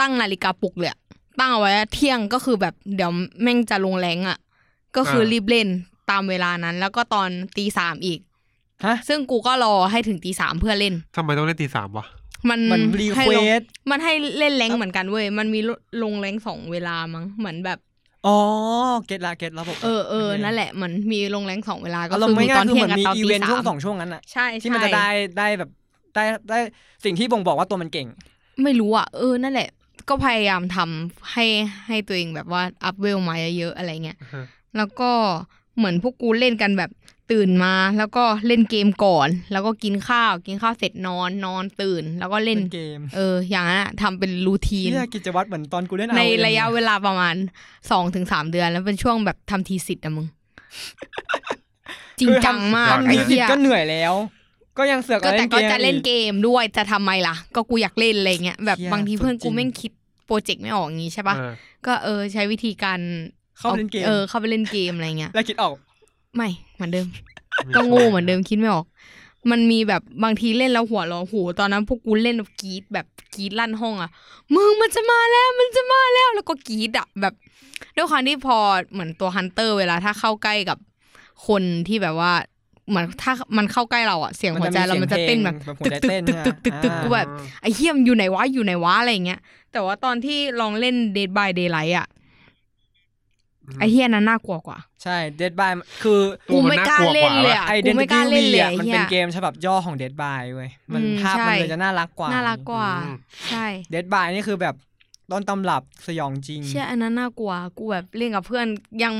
Speaker 3: ตั้งนาฬิกาปลุกเลยอะตั้งเอาไว้เที่ยงก็คือแบบเดี๋ยวแม่งจะลงแรงอ่ะ ก็คือรีบเล่นตามเวลานั้น แล้วก็ตอนตีสามอีก
Speaker 1: ฮะ
Speaker 3: ซึ่งกูก็รอให้ถึงตีสามเพื่อเล่น
Speaker 2: ทำไมต้องเล่นตีสามวะ
Speaker 3: มัน
Speaker 1: มันรี
Speaker 3: ให้
Speaker 1: เคว
Speaker 3: ลง
Speaker 1: ส
Speaker 3: มันให้เล่นแรงเหมือนกันเว้ยมันมีลงแรงสองเวลามั้งเหมือนแบบ
Speaker 1: อ๋อ เก็ตละเก็ตระบบ
Speaker 3: เออเออนั่นแหละเหมันมีลงแรงสองเวลาก็
Speaker 1: อารม
Speaker 3: คือ
Speaker 1: ณ์ไม่
Speaker 3: มี
Speaker 1: ง่า
Speaker 3: ต
Speaker 1: ย
Speaker 3: อน
Speaker 1: คือ
Speaker 3: เที่
Speaker 1: เหมือนมีอี
Speaker 3: ยงกับตอนตี
Speaker 1: เวนต์
Speaker 3: สา
Speaker 1: ช่วง
Speaker 3: ม
Speaker 1: สองช่วงนั้นอะ
Speaker 3: ใช่
Speaker 1: ที่มันจะ
Speaker 3: ใช่
Speaker 1: ได้ได้แบบได้ได้สิ่งที่บ่งบอกว่าตัวมันเก่ง
Speaker 3: ไม่รู้อ่ะ เออ นั่นแหละ ก็พยายามทำให้ให้ตัวเองแบบว่าอัพเวลมาเยอะๆอะไรเงี้ย
Speaker 2: อ่าฮะ
Speaker 3: แล้วก็เหมือนพวกกูเล่นกันแบบตื่นมา แล้วก็เล่นเกมก่อน แล้วก็กินข้าว กินข้าวเสร็จนอนนอนตื่น แล้วก็เล่น
Speaker 1: เกม
Speaker 3: เออ อย่างนั้นอะทำเป็นรูทีน
Speaker 1: ที่กิจวัตรเหมือนตอนกูเล่น
Speaker 3: ใน
Speaker 1: ROM
Speaker 3: ระยะเวลาประมาณสองถึงสามเดือน แล้วเป็นช่วงแบบทำทีสิทธิ์อะมึง จริงจังมาก
Speaker 1: ทำ
Speaker 3: ไอ้
Speaker 1: มีสิท
Speaker 3: เหี้ย
Speaker 1: ธิ์ก็เหนื่อยแล้ว ก็ยังเสือก
Speaker 3: ก็แต่ก็จะเล่น
Speaker 1: อี
Speaker 3: เกมด้วยจะทำไมล่ะ ก็กูอยากเล่นอะไรเงี้ยแบบ
Speaker 1: เหี้ย
Speaker 3: บางทีเพื่อน
Speaker 1: สุด
Speaker 3: กู
Speaker 1: จริง
Speaker 3: แม่งคิดโปรเจกต์ไม่ออกอย่างงี้ใช่ปะ
Speaker 2: เออ
Speaker 3: ก็เออใช้วิธีการ
Speaker 1: เข้าไปเล่นเกม
Speaker 3: เออเข้าไปเล่นเกมอะไรเงี้ย
Speaker 1: แล้วคิดออก
Speaker 3: ไม่เหมือนเดิม ก็โงูเหมือนเดิมคิดไม่ออก มันมีแบบบางทีเล่นแล้วหัวเราะโหตอนนั้นพวกกูเล่นแบบกรีดแบบกรีดลั่นห้องอ่ะมึงมันจะมาแล้วมันจะมาแล้วแล้วก็กรีดอ่ะแบบด้วยความที่พอเหมือนตัวฮันเตอร์ เวลาถ้าเข้าใกล้กับคนที่แบบว่าเหมือนถ้ามันเข้าใกล้เราอ่ะเสียงหัวใจเรามันจะเต้นแบบ
Speaker 1: หัวใจเต้น
Speaker 3: ตึกตึกตึกตึก
Speaker 1: อ่า
Speaker 3: ตึกกูแบบ ไอ้เหี้ยมนอยู่ไหนวะอยู่ไหนวะอะไรเงี้ยแต่ว่าตอนที่ลองเล่น Dead by Daylight อ่ะไอ้เหี้ยนั้นน่ากลัวกว่า
Speaker 1: ใช่เดดบายคือ
Speaker 3: กูไม่กล้าเล่นเลยอ่ะ กูไม่กล้า
Speaker 1: Identity
Speaker 3: เล่น
Speaker 1: V
Speaker 3: เลย
Speaker 1: อะ
Speaker 3: ไอ้
Speaker 1: มัน
Speaker 3: เหี้
Speaker 1: เป็
Speaker 3: ย
Speaker 1: นเกมฉบับย่อของ Dead by เว้ย มัน
Speaker 3: อืม
Speaker 1: ภาพ
Speaker 3: ใช่
Speaker 1: มันเลยจะน่ารักกว่า
Speaker 3: น่ารักกว่า ใช่
Speaker 1: Dead by นี่คือแบบต้นตำรับสยองจริง
Speaker 3: เชื่ออันนั้นน่ากลัว กูแบบเล่นกับเพื่อนยัง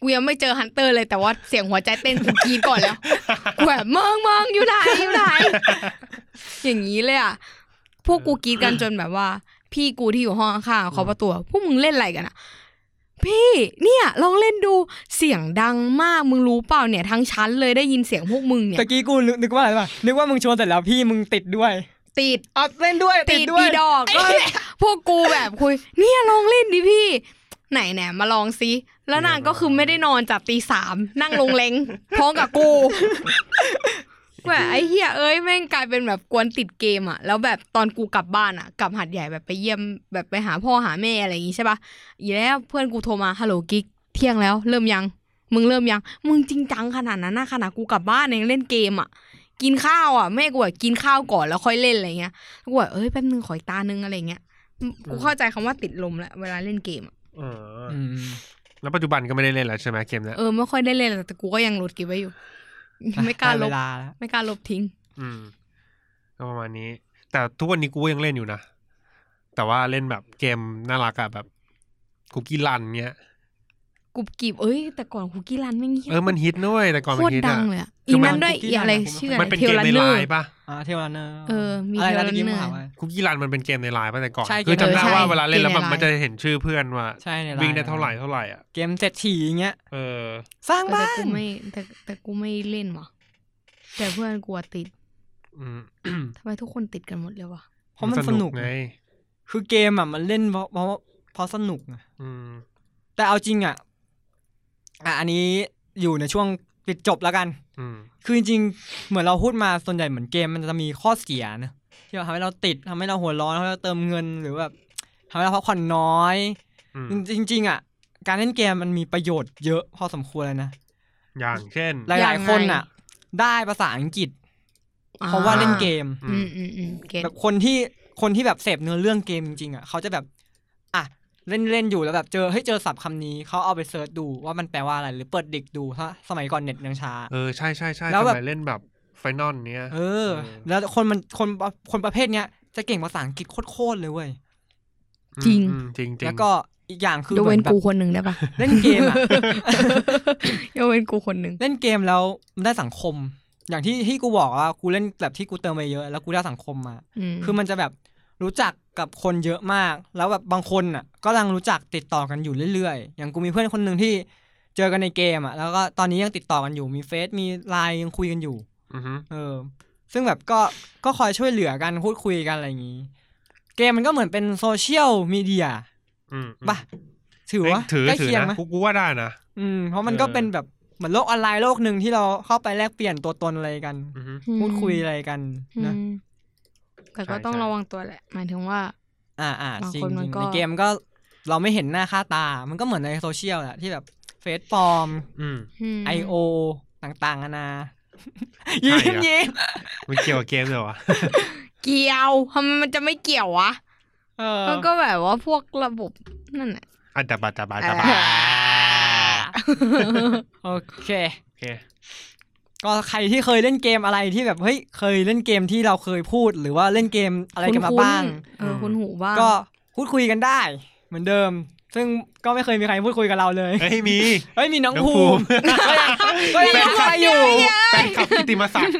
Speaker 3: กูยังไม่เจอฮันเตอร์เลยแต่ว่าเสียงหัวใจเต้นกูกรีดก่อนแล้วกูแบบเมืองเมืองอยู่ไหนอยู่ไหนอย่างนี้เลยอ่ะพวกกูกรีดกันจนแบบว่า พี่กูที่อยู่ห้องข้างๆเขาะประตูอะพวกมึงเล่นอะไรกันอ่ะ พี่เนี่ยลองเล่นดูเสียงดังมากมึงรู้เปล่าเนี่ยทั้งชั้นเลยได้ยินเสียงพวกมึงเนี่ย
Speaker 1: ตะกี้กูนึกนึกว่าอะไรป่ะนึกว่ามึงชวนเสร็จแล้วพี่มึงติดด้วย
Speaker 3: ติด
Speaker 1: อ๋อเล่นด้วย
Speaker 3: ติ
Speaker 1: ติ
Speaker 3: ด
Speaker 1: ดด้วย
Speaker 3: ปีดอกก็พวกกูแบบคุย เนี่ยลองเล่นดิพี่ ไหนแหนมาลองซิ แล้วนางก็คือไม่ได้นอนจากตีสามนั่งลงเล งพร้อมกับกูแบบไอ้เหี้ยเอ้ยแม่งกลายเป็นแบบกวนติดเกมอ่ะ แล้วแบบตอนกูกลับบ้านอ่ะ กลับหัดใหญ่แบบไปเยี่ยมแบบไปหาพ่อหาแม่อะไรอย่างงี้ใช่ปะอีแล้วเพื่อนกูโทรมาฮัลโหลกิ๊กเที่ยงแล้ว เริ่มยัง มึงเริ่มยัง มึงจริงจังขนาดนั้นนะขนาดกูกลับบ้านเองเล่นเกมอ่ะ กินข้าวอ่ะแม่กูแบบกินข้าวก่อนแล้วค่อยเล่นอะไรเงี้ย กูแบบเอ้ยแป๊บนึงขออีกตานึงอะไรเงี้ย กูเข้าใจคำว่าติดลมแล้วเวลาเล่นเกมอะ
Speaker 2: เออ
Speaker 1: อืม
Speaker 2: แล้วปัจจุบันก็ไม่ได้เล่นแล้วใช่ไหมเกมเนี้ย
Speaker 3: เออไม่ค่อยได้เล่นแล้วแต่กูก็ยังโหลดเก็บไว้อยู่ ไม่กล้าล
Speaker 1: ด้
Speaker 3: บ
Speaker 1: เวลาแล้ว
Speaker 3: ไม่กล้าลบทิ้ง
Speaker 2: อืมก็ประมาณนี้ แต่ทุกวันนี้กูก็ยังเล่นอยู่นะ แต่ว่าเล่นแบบเกมน่ารักอะแบบคุกกี้รันเงี้ย
Speaker 3: กูกีบเอ้ย แต่ก่อนกูกี้รันไม่งเงี้ย
Speaker 2: เออมันฮิตด้วยแต่ก่อน
Speaker 3: โค
Speaker 2: มัน
Speaker 3: ตร
Speaker 2: ฮิต
Speaker 3: ดั
Speaker 2: อะ
Speaker 3: งเลยอะ
Speaker 2: คื
Speaker 3: อี
Speaker 2: อมัน
Speaker 3: นั้นด้วยอีอะไรชื่ออะไร
Speaker 2: มันเป็น
Speaker 3: เท
Speaker 2: เก
Speaker 3: ล
Speaker 2: ม
Speaker 3: ลัน
Speaker 2: ใน
Speaker 3: เน
Speaker 2: ไล
Speaker 3: อร์
Speaker 2: น์ปะ
Speaker 1: อ่าเทลานเนอร์
Speaker 3: เออมี
Speaker 1: อะไรนะ
Speaker 3: Tail
Speaker 1: ตะกี้มึงถาม
Speaker 3: Runner
Speaker 1: ว่า
Speaker 2: คุกกี้รันมันเป็นเกมในไลน์ปะแต่ก่อน
Speaker 1: ใช่
Speaker 2: คือจำได้
Speaker 1: เกมในไลน์
Speaker 2: ว่าเวลาเล่นแล้วแบบ
Speaker 3: เกมในไลน์
Speaker 2: มันจะเห็นชื่อเพื่อนว่า
Speaker 1: ใช่ในลน์
Speaker 2: วิ่งได้เท่าไหร่เท่าไหร่อ่ะ
Speaker 1: เกมเจ็ดฉีอย่างเงี้ย
Speaker 2: เออ
Speaker 1: สร้าง
Speaker 3: เออแต่
Speaker 1: บ้าน
Speaker 3: กูไม่แต่แต่กูไม่เล่นว่ะแต่เพื่อนกูอะติด
Speaker 2: อืม
Speaker 3: ทำไมทุกคนติดกันหมดเลยวะ
Speaker 1: เพราะมันสนุก
Speaker 2: ไง
Speaker 1: ไงคือเกมอ่ะมันเล่นเพราะเพราะเพราะสนุกไง
Speaker 2: อืม
Speaker 1: แต่เอาจริงอ่ะ อ่ะ อันนี้อยู่ในช่วงปิดจบแล้วกัน
Speaker 2: อืม
Speaker 1: คือจริงๆ เหมือนเราพูดมาส่วนใหญ่เหมือนเกมมันจะมีข้อเสียนะที่แบบทำให้เราติดทำให้เราหัวร้อนทำให้เราเติมเงินหรือแบบทำให้เราพักผ่อนน้อย
Speaker 2: อืม
Speaker 1: จริงๆ อ่ะ การเล่นเกมมันมีประโยชน์เยอะพอสมควรเลยนะ
Speaker 2: อย่างเช่น
Speaker 1: หลายๆ คนอ่ะ ได้ภาษาอังกฤษ เพราะว่าเล่นเกม
Speaker 2: อื
Speaker 3: อื
Speaker 2: ม
Speaker 3: มอืมอืมเกม
Speaker 1: แบบคนที่คนที่แบบเสพเนื้อเรื่องเกมจริงๆอ่ะเขาจะแบบอ่ะเล่นเล่นอยู่แล้วแบบเจอเฮ้ยเจอศัพท์คำนี้เขาเอาไปเสิร์ชดูว่ามันแปลว่าอะไร หรือเปิดดิกดูถ้าสมัยก่อนเน็ตยังช้า
Speaker 2: เออ ใช่ใช่ใช่
Speaker 1: แล้ว
Speaker 2: ส
Speaker 1: แบบ
Speaker 2: มัยเล่นแบบไฟนอลเนี้ย
Speaker 1: เออ แล้วคนมันคนคนประเภทเนี้ยจะเก่งภาษาอังกฤษโคตรๆเลยเว้ย
Speaker 2: อืม
Speaker 3: จริง
Speaker 2: อืมจริงจริง
Speaker 1: แล้วก็อีกอย่างคือย
Speaker 3: ก
Speaker 1: เหมือ
Speaker 3: เว้
Speaker 1: น นแบ
Speaker 3: กู
Speaker 1: บ
Speaker 3: คนหนึ่งได้ปะ
Speaker 1: เล่นเกมอ่ะ
Speaker 3: ยกเว้นกูคนหนึ่ง
Speaker 1: เล่นเกมแล้วมันได้สังคม อย่างที่ที่กูบอกว่ากูเล่นแบบที่กูเติมไปเยอะ แล้วกูได้สังคมมา
Speaker 3: ม
Speaker 1: คือมันจะแบบรู้จักกับคนเยอะมาก แล้วแบบบางคนอ่ะก็ยังรู้จักติดต่อกันอยู่เรื่อยๆ อย่างกูมีเพื่อนคนหนึ่งที่เจอกันในเกมอ่ะแล้วก็ตอนนี้ยังติดต่อกันอยู่มีเฟซมีไลน์ยังคุยกันอยู่
Speaker 2: อือฮึ
Speaker 1: เออ ซึ่งแบบก็ก็คอยช่วยเหลือกันพูดคุยกันอะไรอย่างนี้ เกมมันก็เหมือนเป็นโซเชียลมีเดีย
Speaker 2: อืมอืม
Speaker 1: ป่ะถือ
Speaker 2: เอ้ย
Speaker 1: ว่า
Speaker 2: ถือ
Speaker 1: ใกล้
Speaker 2: ถือ
Speaker 1: เคียงไหม
Speaker 2: นะกูกูว่าได้นะ
Speaker 1: อืมเพราะมันก็
Speaker 2: เออ
Speaker 1: เป็นแบบเหมือนโลกออนไลน์โลกหนึ่งที่เราเข้าไปแลกเปลี่ยนตัวตนอะไรกัน
Speaker 2: อือฮึ
Speaker 1: พูดคุยอะไรกันนะ
Speaker 3: อืมแต่ก็
Speaker 2: ใช่
Speaker 3: ต้อง
Speaker 2: ใช่
Speaker 3: ระวังตัวแหละ หมายถึงว่า
Speaker 1: อ่าอ่า
Speaker 3: บาง
Speaker 1: จริง
Speaker 3: คน
Speaker 1: จ
Speaker 3: มั
Speaker 1: ริ
Speaker 3: น
Speaker 1: ง
Speaker 3: ก็
Speaker 1: ในเกมก็เราไม่เห็นหน้าค่าตา มันก็เหมือนในโซเชียลแหละที่แบบเฟซปลอม
Speaker 2: อืม
Speaker 3: ม
Speaker 1: ไอโอต่างๆนานา
Speaker 2: ใช่
Speaker 1: ยิ้
Speaker 2: อะ
Speaker 1: มยิ้ม
Speaker 2: มันเกี่ยวกับเกมเลยวะ
Speaker 3: เกี่ยวทำไมมันจะไม่เกี่ยววะ
Speaker 1: เออ
Speaker 3: มันก็แบบว่าพวกระบบนั่นแหละ
Speaker 2: อันดับอันดับอันดับ
Speaker 3: อ่า
Speaker 1: โอเค
Speaker 2: โอเค
Speaker 1: ก็ใครที่เคยเล่นเกมอะไรที่แบบเฮ้ยเคยเล่นเกมที่เราเคยพูดหรือว่าเล่นเกมอะไรกันมา
Speaker 3: คุ้นๆ
Speaker 1: บ้าง
Speaker 3: เออคุณหูบ้าง
Speaker 1: ก็พูดคุยกันได้ เหมือนเดิม ซึ่งก็ไม่เคยมีใครพูดคุยกับเราเลย
Speaker 2: เอ้ยมี
Speaker 1: เฮ้ยมีน้อง
Speaker 2: น้อง
Speaker 1: ภู
Speaker 2: ภู
Speaker 1: มิ
Speaker 2: มิ
Speaker 1: ก็ยังก็ยังทำ
Speaker 2: แฟนค
Speaker 1: อะ
Speaker 2: ลับ
Speaker 1: ไรอยู่
Speaker 2: แฟนคลับกิติมศักดิ์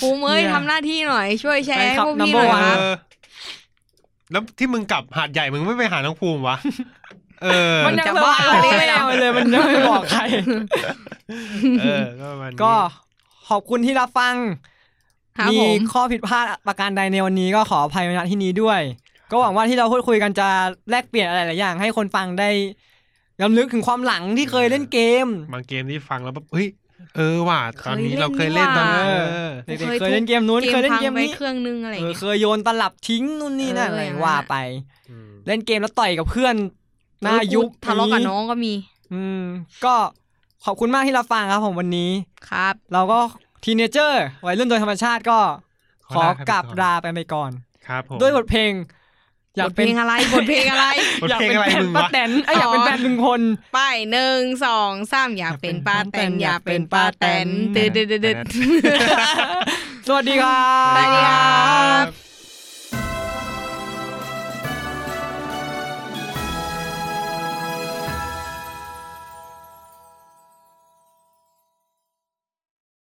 Speaker 3: ภูมิเอ้ย
Speaker 1: เนี่ย
Speaker 3: ทำหน้าที่หน่อย ช่วยแชร์
Speaker 1: แฟน
Speaker 3: ให้
Speaker 1: คลับ
Speaker 3: พวกพี่
Speaker 1: number
Speaker 3: หน่อย
Speaker 2: เอ
Speaker 1: one
Speaker 3: นะ
Speaker 2: อ แล้วที่มึงกลับหาดใหญ่มึงไม่ไปหาน้องภูมิวะ เออ
Speaker 1: มันยัง
Speaker 3: จะ
Speaker 1: ส
Speaker 3: บ้า
Speaker 1: บาย
Speaker 3: หรือ
Speaker 1: ไม่
Speaker 3: ไง
Speaker 1: เอาเลย มันยังไม่บอกใคร
Speaker 2: เออก็ประมาณนี้
Speaker 1: ก็ขอบคุณที่รับฟัง
Speaker 3: ครับ
Speaker 1: มี
Speaker 3: ผม
Speaker 1: ข้อผิดพลาดประการใดในวันนี้ก็ขออภัยณที่นี้ด้วย ก็หวังว่าที่เราพูดคุยกันจะแลกเปลี่ยนอะไรหลายอย่าง ให้คนฟังได้ย้ำลึกถึงความหลังที่เคยเล่นเกม
Speaker 2: บางเกมที่ฟังแล้วแบบเฮ้ย เออว่ะตอนนี้
Speaker 3: เคยเล่น
Speaker 2: เราเคยเล่น
Speaker 3: นี่
Speaker 2: ตอน
Speaker 3: หว่า
Speaker 2: นั้นเออ
Speaker 1: เด็กๆเคยเล่นเกมนู้น เคยเล่นเกม
Speaker 3: พังไป
Speaker 1: นี้
Speaker 3: เครื่องนึงอะไรอ
Speaker 1: เอย่าง อ
Speaker 3: เงี้ย
Speaker 1: เคยโยนตลับทิ้งนู่นนี่นั่น
Speaker 3: เออ
Speaker 1: อะไร
Speaker 3: อย่างนั้น
Speaker 1: ว่าไป
Speaker 2: อืม
Speaker 1: เล่นเกมแล้วต่อยกับเพื่อนหน้ายุบ
Speaker 3: ทะเลาะกับน้องก็มี
Speaker 1: อืม ก็ขอบคุณมากที่รับฟังครับผมวันนี้
Speaker 3: ครับ
Speaker 1: เราก็ทีเนเจอร์วัยรุ่นโดยธรรมชาติก็ขอกลับลาไปไปก่อน
Speaker 2: ครับผม
Speaker 1: ด้วยบทเพลง อบ ยาก
Speaker 3: ทเพ
Speaker 1: เป็
Speaker 3: ล
Speaker 1: น
Speaker 3: งอะไร บทเพลง อะไร
Speaker 2: บท
Speaker 1: อยาก
Speaker 2: เพลง
Speaker 1: เป็น
Speaker 2: อะ
Speaker 1: แป้น
Speaker 2: ไรมึ
Speaker 1: ป้าว
Speaker 2: งะ
Speaker 1: แตนเอ้ยอยากเป็น
Speaker 3: อ๋อ
Speaker 1: แฟนลุงพล
Speaker 3: ไป้ายหนึ่งสองสามอยากเป็นป้าแตนอยากเป็นป้าแตนเด็ดเด็ดเด็ด
Speaker 1: สวัสดีครับ
Speaker 3: สวัสดีครับ